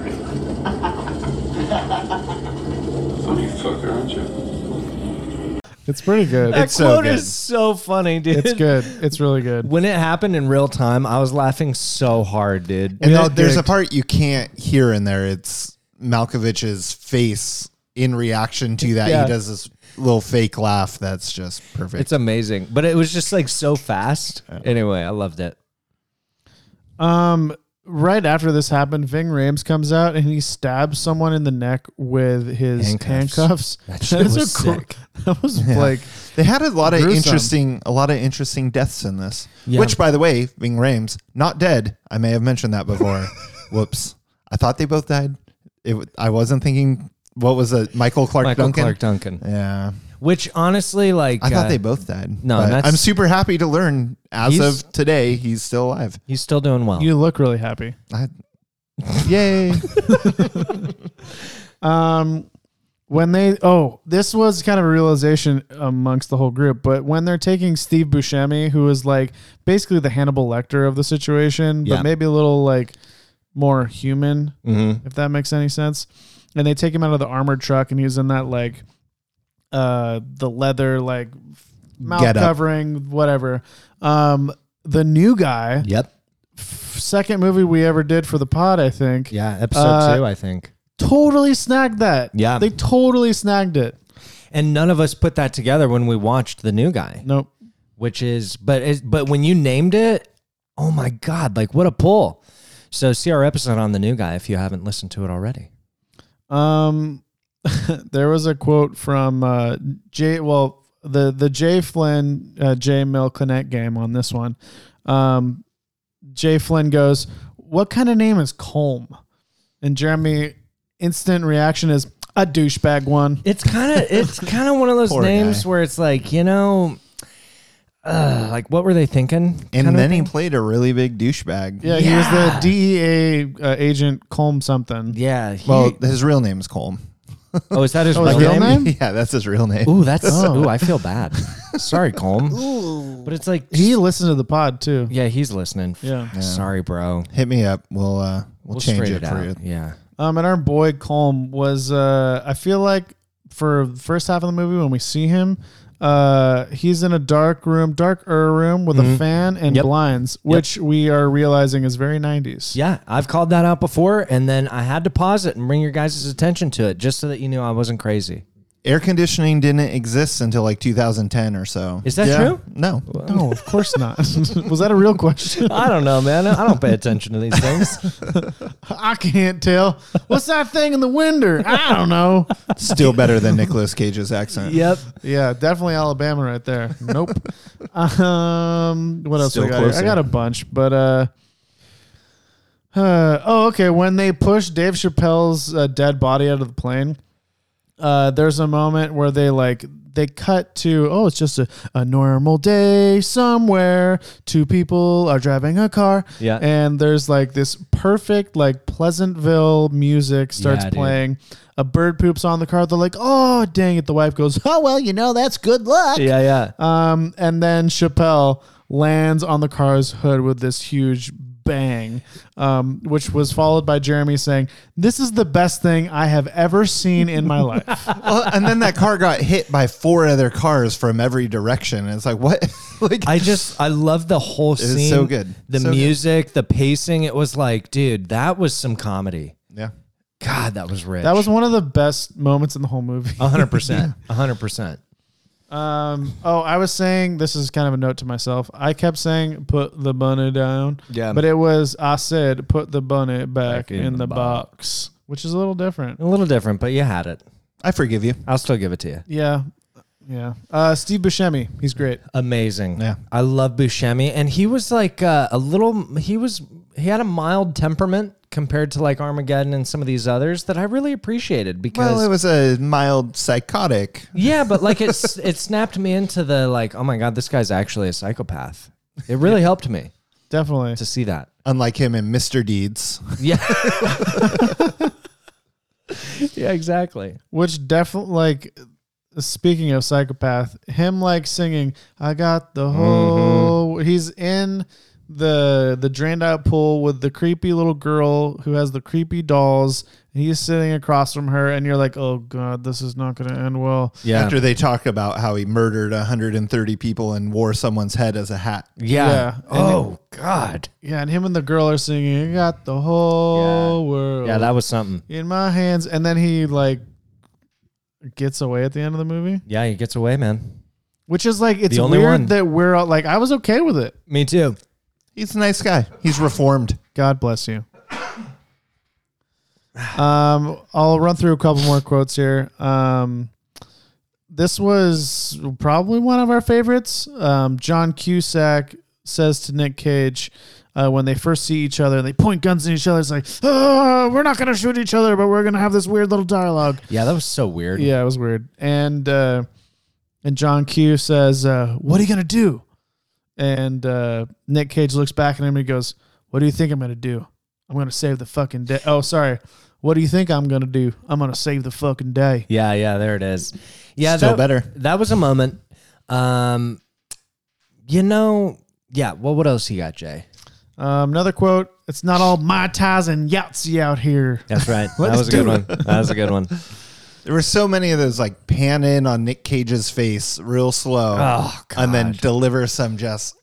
Funny fucker, aren't you? It's pretty good. That It's so quote good. is so funny, dude. It's good. It's really good. When it happened in real time, I was laughing so hard, dude. And Yeah, though there's a correct. part you can't hear in there. It's Malkovich's face in reaction to that. Yeah. He does this little fake laugh that's just perfect. It's amazing, but it was just like so fast. Anyway, I loved it. Um, right after this happened, Ving Rhames comes out and he stabs someone in the neck with his Handcuffs. handcuffs. That shit is was a cool- sick. That was like They had a lot of Gruesome. interesting, a lot of interesting deaths in this. Yeah. Which, by the way, Ving Rhames not dead. I may have mentioned that before. Whoops! I thought they both died. It, w- I wasn't thinking. What was it? Michael Clark Michael Duncan. Clark Duncan. Yeah, Which honestly, like, I uh, thought they both died. no, But that's- I'm super happy to learn as He's- of today he's still alive. he's still doing well. you look really happy. I, yay! Um, when they oh, this was kind of a realization amongst the whole group, but when they're taking Steve Buscemi, who is like basically the Hannibal Lecter of the situation, Yeah. but maybe a little like more human, if that makes any sense. And they take him out of the armored truck, and he's in that like uh the leather like mouth Get up. covering whatever. Um, the new guy, yep. second movie we ever did for the pod, I think. Yeah. Episode Uh, two, I think. Totally snagged that. Yeah. They totally snagged it. And none of us put that together when we watched the new guy. Nope. which is but it, but when you named it, oh my god, like what a pull! So see our episode on the new guy if you haven't listened to it already. Um, there was a quote from uh, Jay. Well, the the Jay Flynn uh, Jay Mill Connect game on this one. Um, Jay Flynn goes, "What kind of name is Colm?" And Jeremy instant reaction is a douchebag one. It's kind of it's kind of one of those Poor names guy. where it's like you know, uh, like what were they thinking? And kinda then he thing? played a really big douchebag. Yeah, he was the DEA uh, agent Colm something. Yeah. He, Well, his real name is Colm. oh, is that his Oh, his real real name? name? Yeah, that's his real name. Ooh, that's Oh. ooh. I feel bad. Sorry, Colm. But it's like He listened to the pod too. yeah, he's listening. Yeah. Sorry, bro. Hit me up. We'll uh, we'll, We'll change straight it, it for out. you. Yeah. Um, and our boy Colm was, uh, I feel like for the first half of the movie when we see him, uh, he's in a dark room, dark er room with a fan and Mm-hmm. Yep. blinds, which we are realizing is very 90s. Yeah, I've called that out before, and then I had to pause it and bring your guys' attention to it just so that you knew I wasn't crazy. Air conditioning didn't exist until like 2010 or so. Is that true? No. No, Oh, of course not. was that a real question? I don't know, man. I don't pay attention to these things. I can't tell. What's that thing in the window? I don't know. Still better than Nicolas Cage's accent. yep. Yeah, definitely Alabama right there. Nope. um, what else Still we got? here? I closer. got a bunch, but uh, uh, oh, okay. When they push Dave Chappelle's uh, dead body out of the plane, uh, there's a moment where they like they cut to oh, it's just a, a normal day somewhere. Two people are driving a car. Yeah. and there's like this perfect like Pleasantville music starts Yeah, dude. playing. A bird poops on the car. They're like, oh dang it. The wife goes, oh well, you know that's good luck. Yeah, yeah. Um, and then Chappelle lands on the car's hood with this huge bang, um, which was followed by Jeremy saying, "This is the best thing I have ever seen in my life." Well, and then that car got hit by four other cars from every direction. And it's like, what? like, I just I love the whole is scene. so good. The So good. music, the pacing. It was like, dude, that was some comedy. yeah. God, that was rich. that was one of the best moments in the whole movie. hundred percent. hundred percent. Um, oh, I was saying this is kind of a note to myself. I kept saying "put the bunny down," Yeah. but it was I said "put the bunny back, in in, the the, box. which is a little different. A little different, but you had it. I forgive you. I'll still give it to you. Yeah, yeah. Uh, Steve Buscemi, he's great. Amazing. Yeah. I love Buscemi, and he was like uh, a little. He was he had a mild temperament compared to like Armageddon and some of these others that I really appreciated because Well, it was a mild psychotic. yeah, but like it's it snapped me into the like oh my god this guy's actually a psychopath. It really helped me Definitely. to see that. Unlike him in Mr. Deeds. Yeah. yeah, exactly. Which definitely, like, speaking of psychopath, him like singing, "I got Mm-hmm. the whole." He's in the the drained out pool with the creepy little girl who has the creepy dolls. He's sitting across from her, and you're like, "Oh God, this is not going to end well." Yeah. After they talk about how he murdered 130 people and wore someone's head as a hat. yeah. Yeah. Oh god. Yeah, and him and the girl are singing, "I got the whole world Yeah, that was something. in my hands," and then he like gets away at the end of the movie, Yeah, he gets away, man. which is like it's The only weird one. that we're all, like I was okay with it. Me too. He's a nice guy. He's reformed. God bless you. Um, I'll run through a couple more quotes here. Um, this was probably one of our favorites. Um, John Cusack says to Nick Cage uh, when they first see each other, they point guns at each other. It's like, oh, we're not going to shoot each other, but we're going to have this weird little dialogue. Yeah, that was so weird. Yeah, it was weird. And uh, and John Q says, uh, "What are you gonna do?" And uh, Nick Cage looks back at him and he goes, "What do you think I'm gonna do? I'm gonna save the fucking day." Oh, sorry. What do you think I'm gonna do? I'm gonna save the fucking day. Yeah, yeah, there it is. Yeah, Still that, better. That was a moment. Um, you know, yeah. Well, what else you got, Jay? Um, another quote: "It's not all my ties and Yahtzee out here." That's right. that was a good one. That was a good one. There were so many of those like pan in on Nick Cage's face real slow Oh, and then deliver some just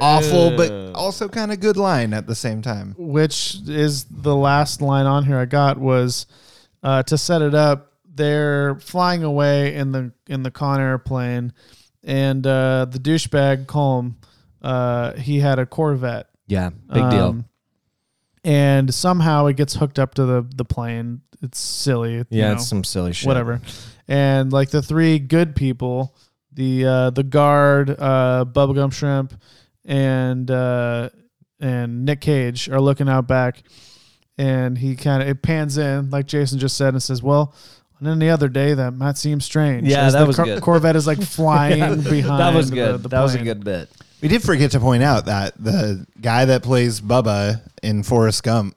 awful but also kind of good line at the same time. which is the last line on here I got was uh, to set it up. They're flying away in the in the Con airplane, and uh, the douchebag Colm, uh, he had a Corvette. Um, Yeah, big deal. And somehow it gets hooked up to the the plane. It's silly. you Yeah, it's some silly shit. Whatever. And like the three good people, the uh, the guard, uh, bubblegum shrimp, and uh, and Nick Cage are looking out back, and he kind of it pans in like Jason just said and says, "Well." And then the other day, that might seem strange. Yeah, As that the was Cor- good. Corvette is like flying behind. That was the- good. the that was a plane. good bit. We did forget to point out that the guy that plays Bubba in Forrest Gump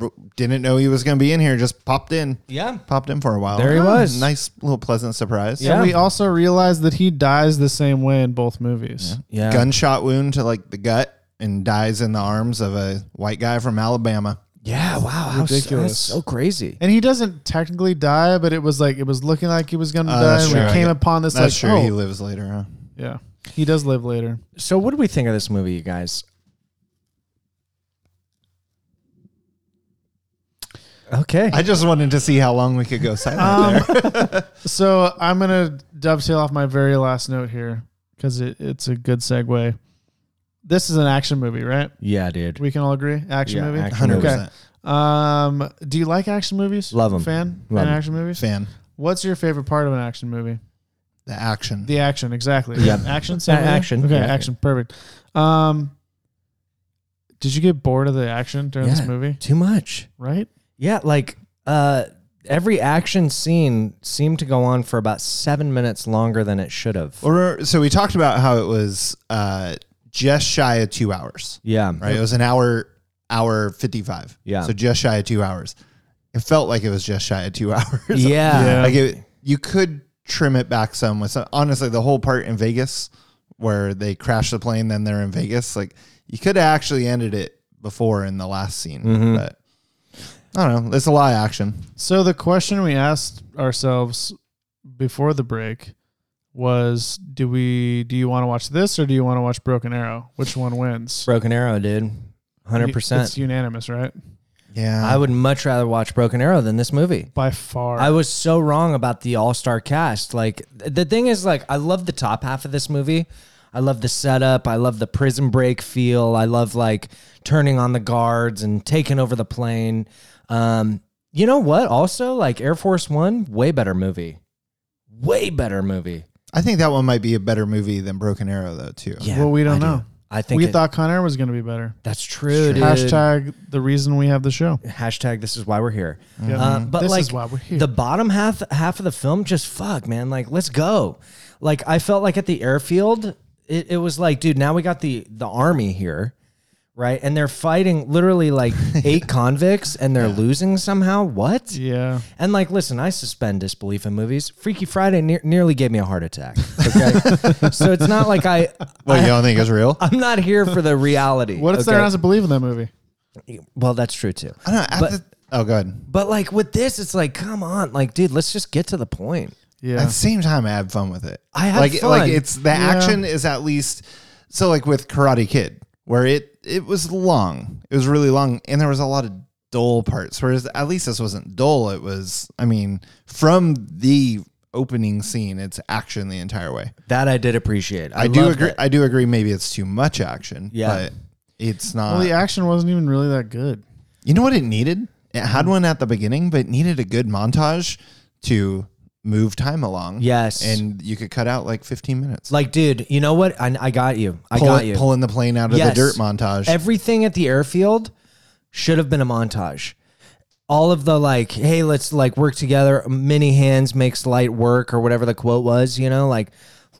r- didn't know he was going to be in here. Just popped in. Yeah. popped in for a while. There he Oh, was. Nice little pleasant surprise. And we also realized that he dies the same way in both movies. Yeah. gunshot wound to like the gut and dies in the arms of a white guy from Alabama. Yeah. Wow. how s- Ridiculous. That's so crazy. And he doesn't technically die, but it was like it was looking like he was going to Uh, die. that's And true, we I came get- upon this That's like, true. oh, He lives later. Huh? yeah, he does live later. So, what do we think of this movie, you guys? Okay. I just wanted to see how long we could go silent Um, there. So I'm gonna dovetail off my very last note here because it, it's a good segue. This is an action movie, right? yeah, dude. We can all agree, action Yeah, movie. action movies. Okay. Um, do you like action movies? Love 'em. Fan. Love Fan 'em. action movies. Fan. What's your favorite part of an action movie? The action. The action, exactly. Yeah. action. same Uh, with you? action, Okay, yeah. action. Perfect. Um, did you get bored of the action during yeah, this movie? Too much. Right. Yeah, like uh, every action scene seemed to go on for about seven minutes longer than it should have. Or so we talked about how it was uh, just shy of two hours. yeah. Right. It was an hour, hour fifty-five. Yeah. So just shy of two hours. It felt like it was just shy of two hours. Yeah. Yeah. Like it, you could trim it back some with some. Honestly, the whole part in Vegas where they crash the plane, then they're in Vegas. Like you could have actually ended it before in the last scene, Mm-hmm. but. I don't know. There's a lot of action. So the question we asked ourselves before the break was, do we? Do you want to watch this or do you want to watch Broken Arrow? Which one wins? Broken Arrow, dude. It's 100%. unanimous, right? Yeah. I would much rather watch Broken Arrow than this movie. By far. I was so wrong about the all star cast. Like th- the thing is, like I love the top half of this movie. I love the setup. I love the prison break feel. I love like turning on the guards and taking over the plane. Um, you know what? Also, like Air Force One, way better movie. Way better movie. I think that one might be a better movie than Broken Arrow, though, too. well, we don't know. I think we it- thought Con Air was going to be better. that's true. Dude. Hashtag the reason we have the show. hashtag this is why we're here. Yeah. Mm-hmm. Uh, but This like is why we're here. the bottom half half of the film, just fuck, man. Like let's go. Like I felt like at the airfield, it, it was like, dude, now we got the the army here, right? And they're fighting literally like eight convicts, and they're losing somehow. What? Yeah. And like, listen, I suspend disbelief in movies. Freaky Friday near nearly gave me a heart attack. Okay, so it's not like I. What, you don't think it's real? I'm not here for the reality. What if okay? they're not to believe in that movie? Well, that's true too. I don't know. at But- the- oh, go ahead. But like with this, it's like, come on, like, dude, let's just get to the point. Yeah. At the same time, I had fun with it. I had like, fun. Like it's the action is at least so. Like with Karate Kid, where it it was long, it was really long, and there was a lot of dull parts. Whereas at least this wasn't dull. It was, I mean, from the opening scene, it's action the entire way. That I did appreciate. I, I, do loved agree. it. I do agree. Maybe it's too much action. Yeah. but it's not. Well, the action wasn't even really that good. You know what it needed? It Mm-hmm. had one at the beginning, but it needed a good montage to move time along. Yes. And you could cut out like 15 minutes. like, dude, you know what? I, I got you. I Pull got it- you. Pulling the plane out of Yes. the dirt montage. Everything at the airfield should have been a montage. All of the like, hey, let's like work together. Many hands makes light work, or whatever the quote was. You know, like,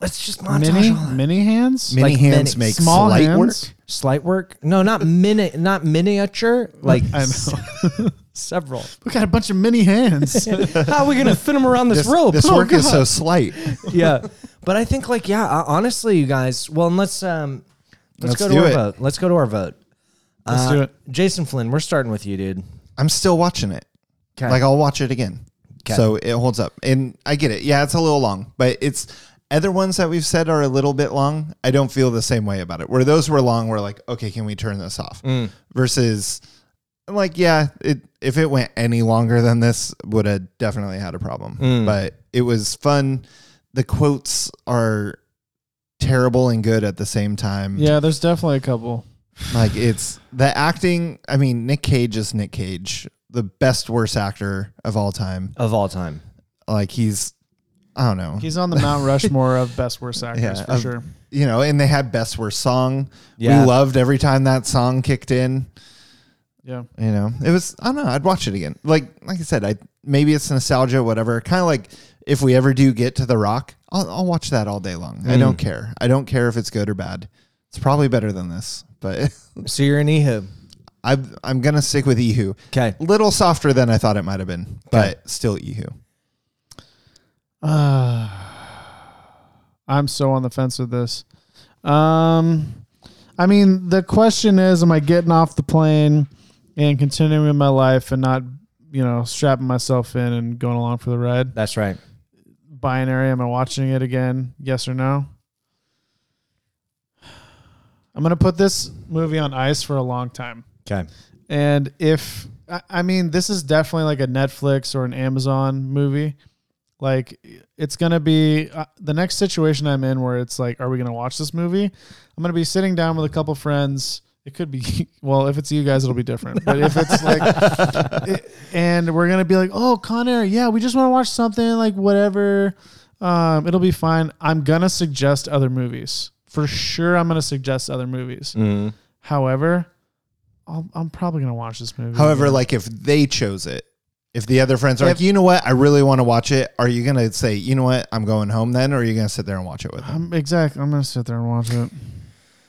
let's just montage. Mini, all that. mini hands. many like hands many- make small slight hands. work. Slight work? No, not mini, not miniature. Like several. We got a bunch of mini hands. How are we gonna fit them around this, This, rope? this Oh, work is God. so slight. yeah. But I think like yeah, uh, honestly, you guys. Well, and let's um, let's, Let's go to do our it. vote. Let's go to our vote. Uh, Let's do it. Jason Flynn, we're starting with you, dude. I'm still watching it. 'Kay. Like I'll watch it again. 'Kay. So it holds up. And I get it. Yeah, it's a little long, but it's other ones that we've said are a little bit long. I don't feel the same way about it. Where those were long, we're like, okay, can we turn this off? Versus I'm like, yeah, it if it went any longer than this, would have definitely had a problem. But it was fun. The quotes are terrible and good at the same time. Yeah, there's definitely a couple. Like it's the acting. I mean, Nick Cage is Nick Cage, the best worst actor of all time. Of all time, like he's, I don't know. He's on the Mount Rushmore of best worst actors yeah, for of- sure. You know, and they had best worst song. Yeah. We loved every time that song kicked in. Yeah. You know, it was. I don't know. I'd watch it again. Like, like I said, I maybe it's nostalgia, whatever. Kind of like if we ever do get to The Rock, I'll, I'll watch that all day long. I don't care. I don't care if it's good or bad. It's probably better than this, but So you're an E Ehab. I'm I'm gonna stick with Ehu. 'Kay. little softer than I thought it might have been, but still Ehu. I'm so on the fence with this. Um, I mean, the question is, am I getting off the plane and continuing with my life and not, you know, strapping myself in and going along for the ride? That's right. Binary, am I watching it again? Yes or no? I'm gonna put this movie on ice for a long time. Okay. And if I- I mean, this is definitely like a Netflix or an Amazon movie. Like it's gonna be uh, the next situation I'm in where it's like, are we gonna watch this movie? I'm gonna be sitting down with a couple friends. It could be well, if it's you guys, it'll be different. But if it's like, it- and we're gonna be like, oh, Con Air, yeah, we just want to watch something like whatever. Um, it'll be fine. I'm gonna suggest other movies for sure. I'm gonna suggest other movies. However, I'll, I'm probably gonna watch this movie. However, again. like if they chose it, if the other friends are If- like, you know what, I really want to watch it. Are you gonna say, you know what, I'm going home then, or are you gonna sit there and watch it with them? I'm exactly. I'm gonna sit there and watch it.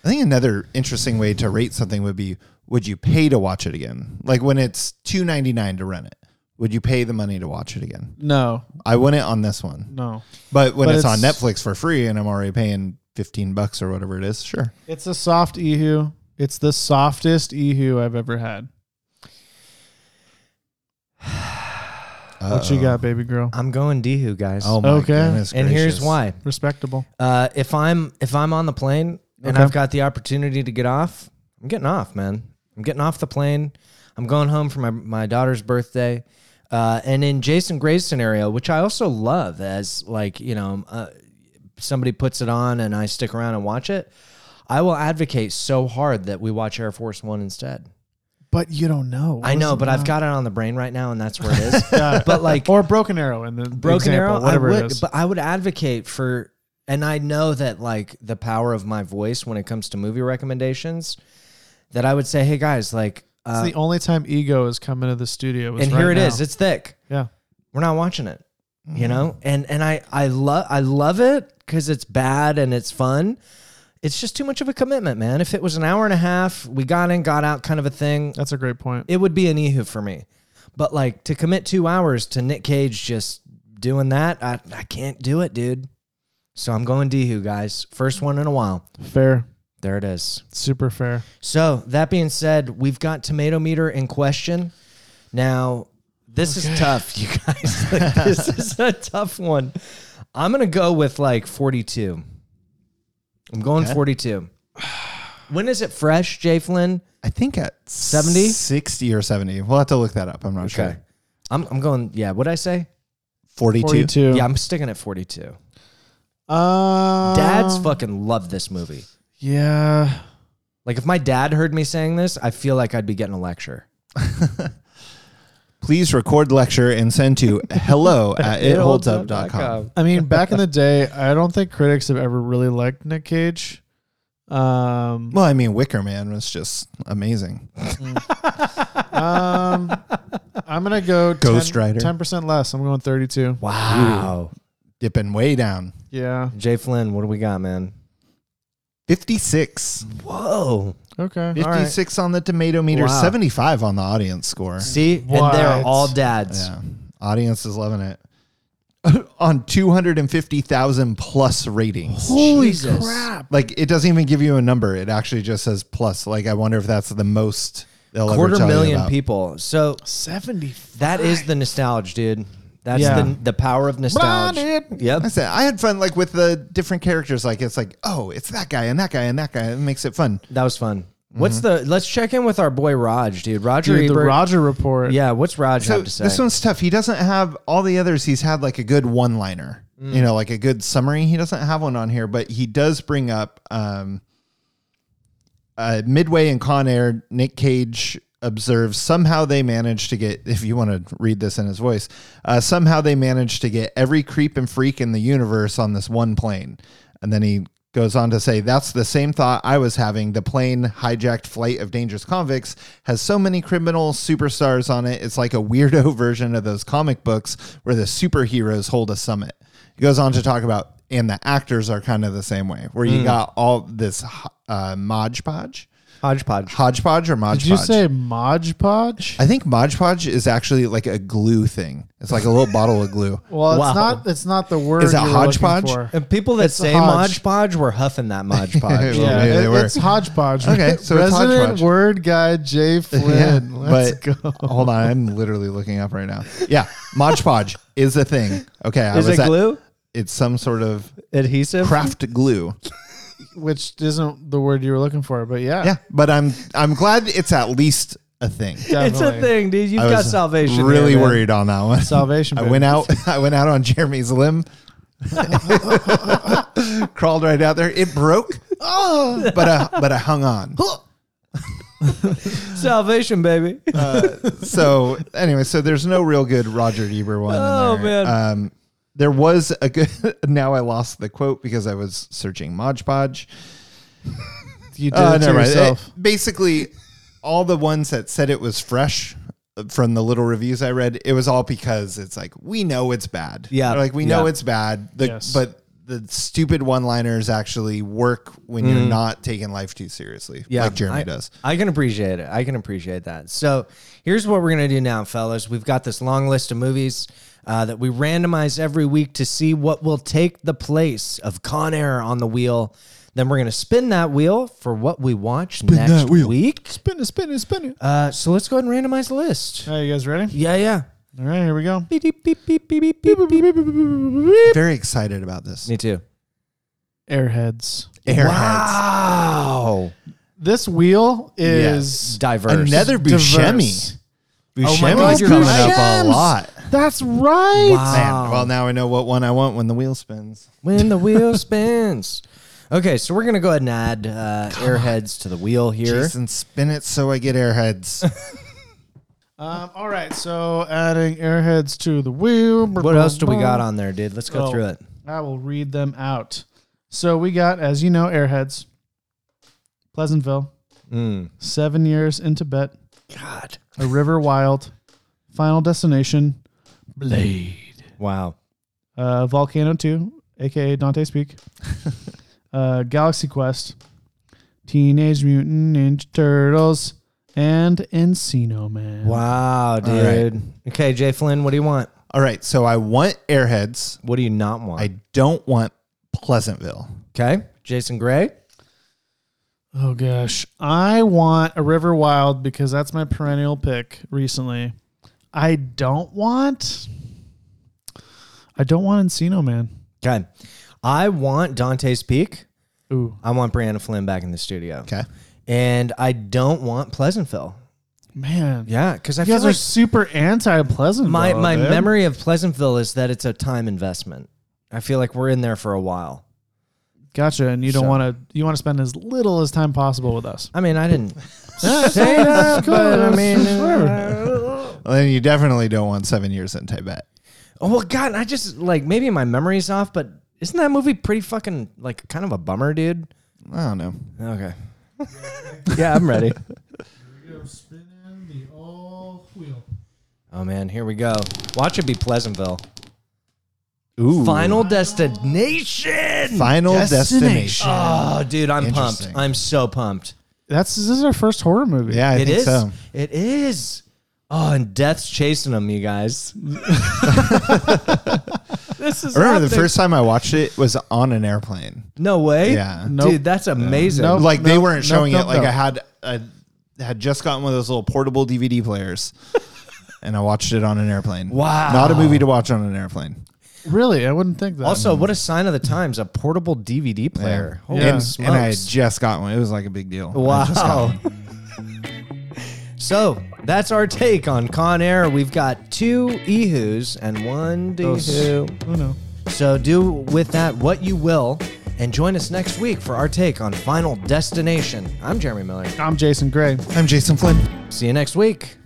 I think another interesting way to rate something would be would you pay to watch it again? Like when it's two ninety nine to rent it, would you pay the money to watch it again? No, I wouldn't on this one. no. But when But it's, on it's- Netflix for free and I'm already paying fifteen bucks or whatever it is, sure. It's a soft ehu. It's the softest ehu I've ever had. What you Uh-oh. got, baby girl? I'm going Dehu, guys. Oh my Okay. goodness and here's gracious. why. Respectable. Uh, if I'm if I'm on the plane and Okay. I've got the opportunity to get off, I'm getting off, man. I'm getting off the plane. I'm going home for my my daughter's birthday. Uh, and in Jason Gray's scenario, which I also love, as like you know, uh, somebody puts it on and I stick around and watch it. I will advocate so hard that we watch Air Force One instead. But you don't know. uh, I know, but I've got it on the brain right now, and that's where it is. but like, or broken arrow and the broken example, arrow whatever I would, it is. but i would advocate for and i know that like the power of my voice when it comes to movie recommendations that i would say hey guys like uh, it's the only time ego has come into the studio. is and right here it now. Mm-hmm. is it's thick yeah. we're not watching it you know and and i i love i love it because it's bad and it's fun it's just too much of a commitment man if it was an hour and a half we got in got out kind of a thing That's a great point. it would be an ehu for me but like to commit two hours to nick cage just doing that i, I can't do it dude so i'm going dehu guys first one in a while fair. there it is Super fair. so that being said we've got tomato meter in question now this is tough you guys like, this is a tough one i'm gonna go with like 42 i'm going 42 when is it fresh jay flynn I think at 70? 60 or 70. We'll have to look that up. I'm not okay sure. I'm, I'm going yeah what'd i say 42. Forty-two. Yeah, I'm sticking at 42. Um, Dads fucking love this movie. Yeah. Like if my dad heard me saying this, I feel like I'd be getting a lecture. Please record lecture and send to hello at Oh. itholdsup.com. Holdup.com. I mean, back in the day, I don't think critics have ever really liked Nick Cage. Um, Well, I mean, Wicker Man was just amazing. um, I'm gonna go Ghost Rider. ten percent less. I'm going thirty-two. Wow. Dipping way down. Yeah. Jay Flynn, what do we got, man? 56. Whoa. Okay. All right. 56 on the tomato meter, Wow. 75 on the audience score. See? And What? they're all dads. Yeah. Audience is loving it. on 250,000 plus ratings. Holy crap. Like, it doesn't even give you a number. It actually just says plus. Like, I wonder if that's the most they'll ever Quarter tell you million about. people. So Seventy. that is the nostalgia, dude. That's Yeah. the, the power of nostalgia. Blinded. Yep. I said I had fun like with the different characters. Like it's like, oh, it's that guy and that guy and that guy. It makes it fun. That was fun. What's Mm-hmm. the let's check in with our boy Raj, dude. Roger Dude, the Ebert. Roger report. yeah, what's Raj So have to say? this one's tough. He doesn't have all the others. He's had like a good one liner. you know, like a good summary. He doesn't have one on here, but he does bring up um, uh, Midway and Con Air. Nick Cage observes somehow they managed to get, if you want to read this in his voice, uh, somehow they managed to get every creep and freak in the universe on this one plane. And then he goes on to say, That's the same thought I was having. The plane hijacked flight of dangerous convicts has so many criminal superstars on it. It's like a weirdo version of those comic books where the superheroes hold a summit. He goes on to talk about, and the actors are kind of the same way, where you Mm. Hmm. got all this uh, modge podge. Hodgepodge. Hodgepodge or Mod Did you Podge? say Mod Podge? I think Mod Podge is actually like a glue thing. It's like a little bottle of glue. Well, it's not. It's not the word. Is it you were looking hodgepodge? for. And people that It's say hodge. Modgepodge were huffing that Modgepodge. Well, Yeah, maybe they it- were. it's hodgepodge. Okay, so it's resident hodgepodge. word guy Jay Flynn. Let's but go. hold on, I'm literally looking up right now. Yeah, Mod Podge is a thing. Okay, I Is was it at- glue? It's some sort of Adhesive? craft glue. Which isn't the word you were looking for, but yeah, Yeah, but I'm I'm glad it's at least a thing. It's a definitely. thing, dude. You've I got was salvation. Really here, man. worried on that one. Salvation, I baby. went out. I went out on Jeremy's limb. Crawled right out there. It broke. Oh, but I, but I hung on. Salvation, baby. so anyway, so there's no real good Roger Ebert one. in Oh, there. man. Um, there was a good. Now I lost the quote because I was searching Mod Podge. You did Uh, it to never mind. yourself. It- basically, all the ones that said it was fresh uh, from the little reviews I read, it was all because it's like we know it's bad. Yeah. They're like we know Yeah. it's bad. The, Yes. But the stupid one-liners actually work when you're not taking life too seriously, like Jeremy Mm. I, does. I can appreciate it. I can appreciate that. So here's what we're gonna do now, fellas. We've got this long list of movies uh, that we randomize every week to see what will take the place of Con Air on the wheel. Then we're gonna spin that wheel for what we watch next that wheel. week. Spin it, spin it, spin it. Uh, so let's go ahead and randomize the list. All right, you guys ready? Yeah, yeah. All right, here we go. Beep, beep, beep, beep, beep, beep, beep, beep, beep, beep. Very excited about this. Me too. Airheads. Airheads. Wow. This wheel Yes. is Diverse. Another Buscemi. diverse. Oh my God, Buscemi's you're coming right. up a lot. That's right. Wow. Man, well, now I know what one I want when the wheel spins. when the wheel spins. Okay, so we're gonna go ahead and add uh, airheads to the wheel here. Jason, spin it so I get airheads. Um, all right, so adding airheads to the wheel. What else do we got on there, dude? Let's go Oh, through it. I will read them out. So we got, as you know, airheads. Pleasantville. Hmm. Seven years in Tibet. God, A River Wild, Final Destination, Blade, wow. uh, Volcano 2, aka Dante Speak, uh, Galaxy Quest, Teenage Mutant Ninja Turtles, and Encino Man. Wow, dude. Okay, Jay Flynn, what do you want? All right, so I want airheads. What do you not want? I don't want Pleasantville. okay, Jason Gray. Oh gosh, I want a River Wild because that's my perennial pick recently. I don't want. I don't want Encino Man. Okay, I want Dante's Peak. Ooh, I want Brianna Flynn back in the studio. Okay. and I don't want Pleasantville. man. Yeah, because I You feel guys are like super anti Pleasant. my my memory of Pleasantville is that it's a time investment. I feel like we're in there for a while. Gotcha. And you don't So- want to. You want to spend as little as time possible with us. I mean, I didn't say that, but I mean, uh, Well, then you definitely don't want seven years in Tibet. oh well, God, I just like maybe my memory's off, but isn't that movie pretty fucking like kind of a bummer, dude? I don't know. Okay. yeah, I'm ready. Oh man, here we go. Watch it be Pleasantville. Ooh. Final destination. Final Destination. destination. Oh, dude, I'm pumped. Interesting. I'm so pumped. That's this is our first horror movie. Yeah, I It think is. so. It is. Oh, and death's chasing them, you guys. this is I remember the epic. first time I watched it was on an airplane. No way. Yeah. Nope. Dude, that's amazing. Nope. like they nope, weren't nope, showing nope, it. Like nope. I had I had just gotten one of those little portable DVD players, and I watched it on an airplane. Wow. Not a movie to watch on an airplane. Really, I wouldn't think that. Also, what a sign of the times, a portable DVD player. Holy and, smokes. and I had just got one. It was like a big deal. I just got wow. one. so that's our take on Con Air. We've got two Ehus E and one Those- Dehoo. Oh no. So do with that what you will, and join us next week for our take on Final Destination. I'm Jeremy Miller. I'm Jason Gray. I'm Jason Flynn. See you next week.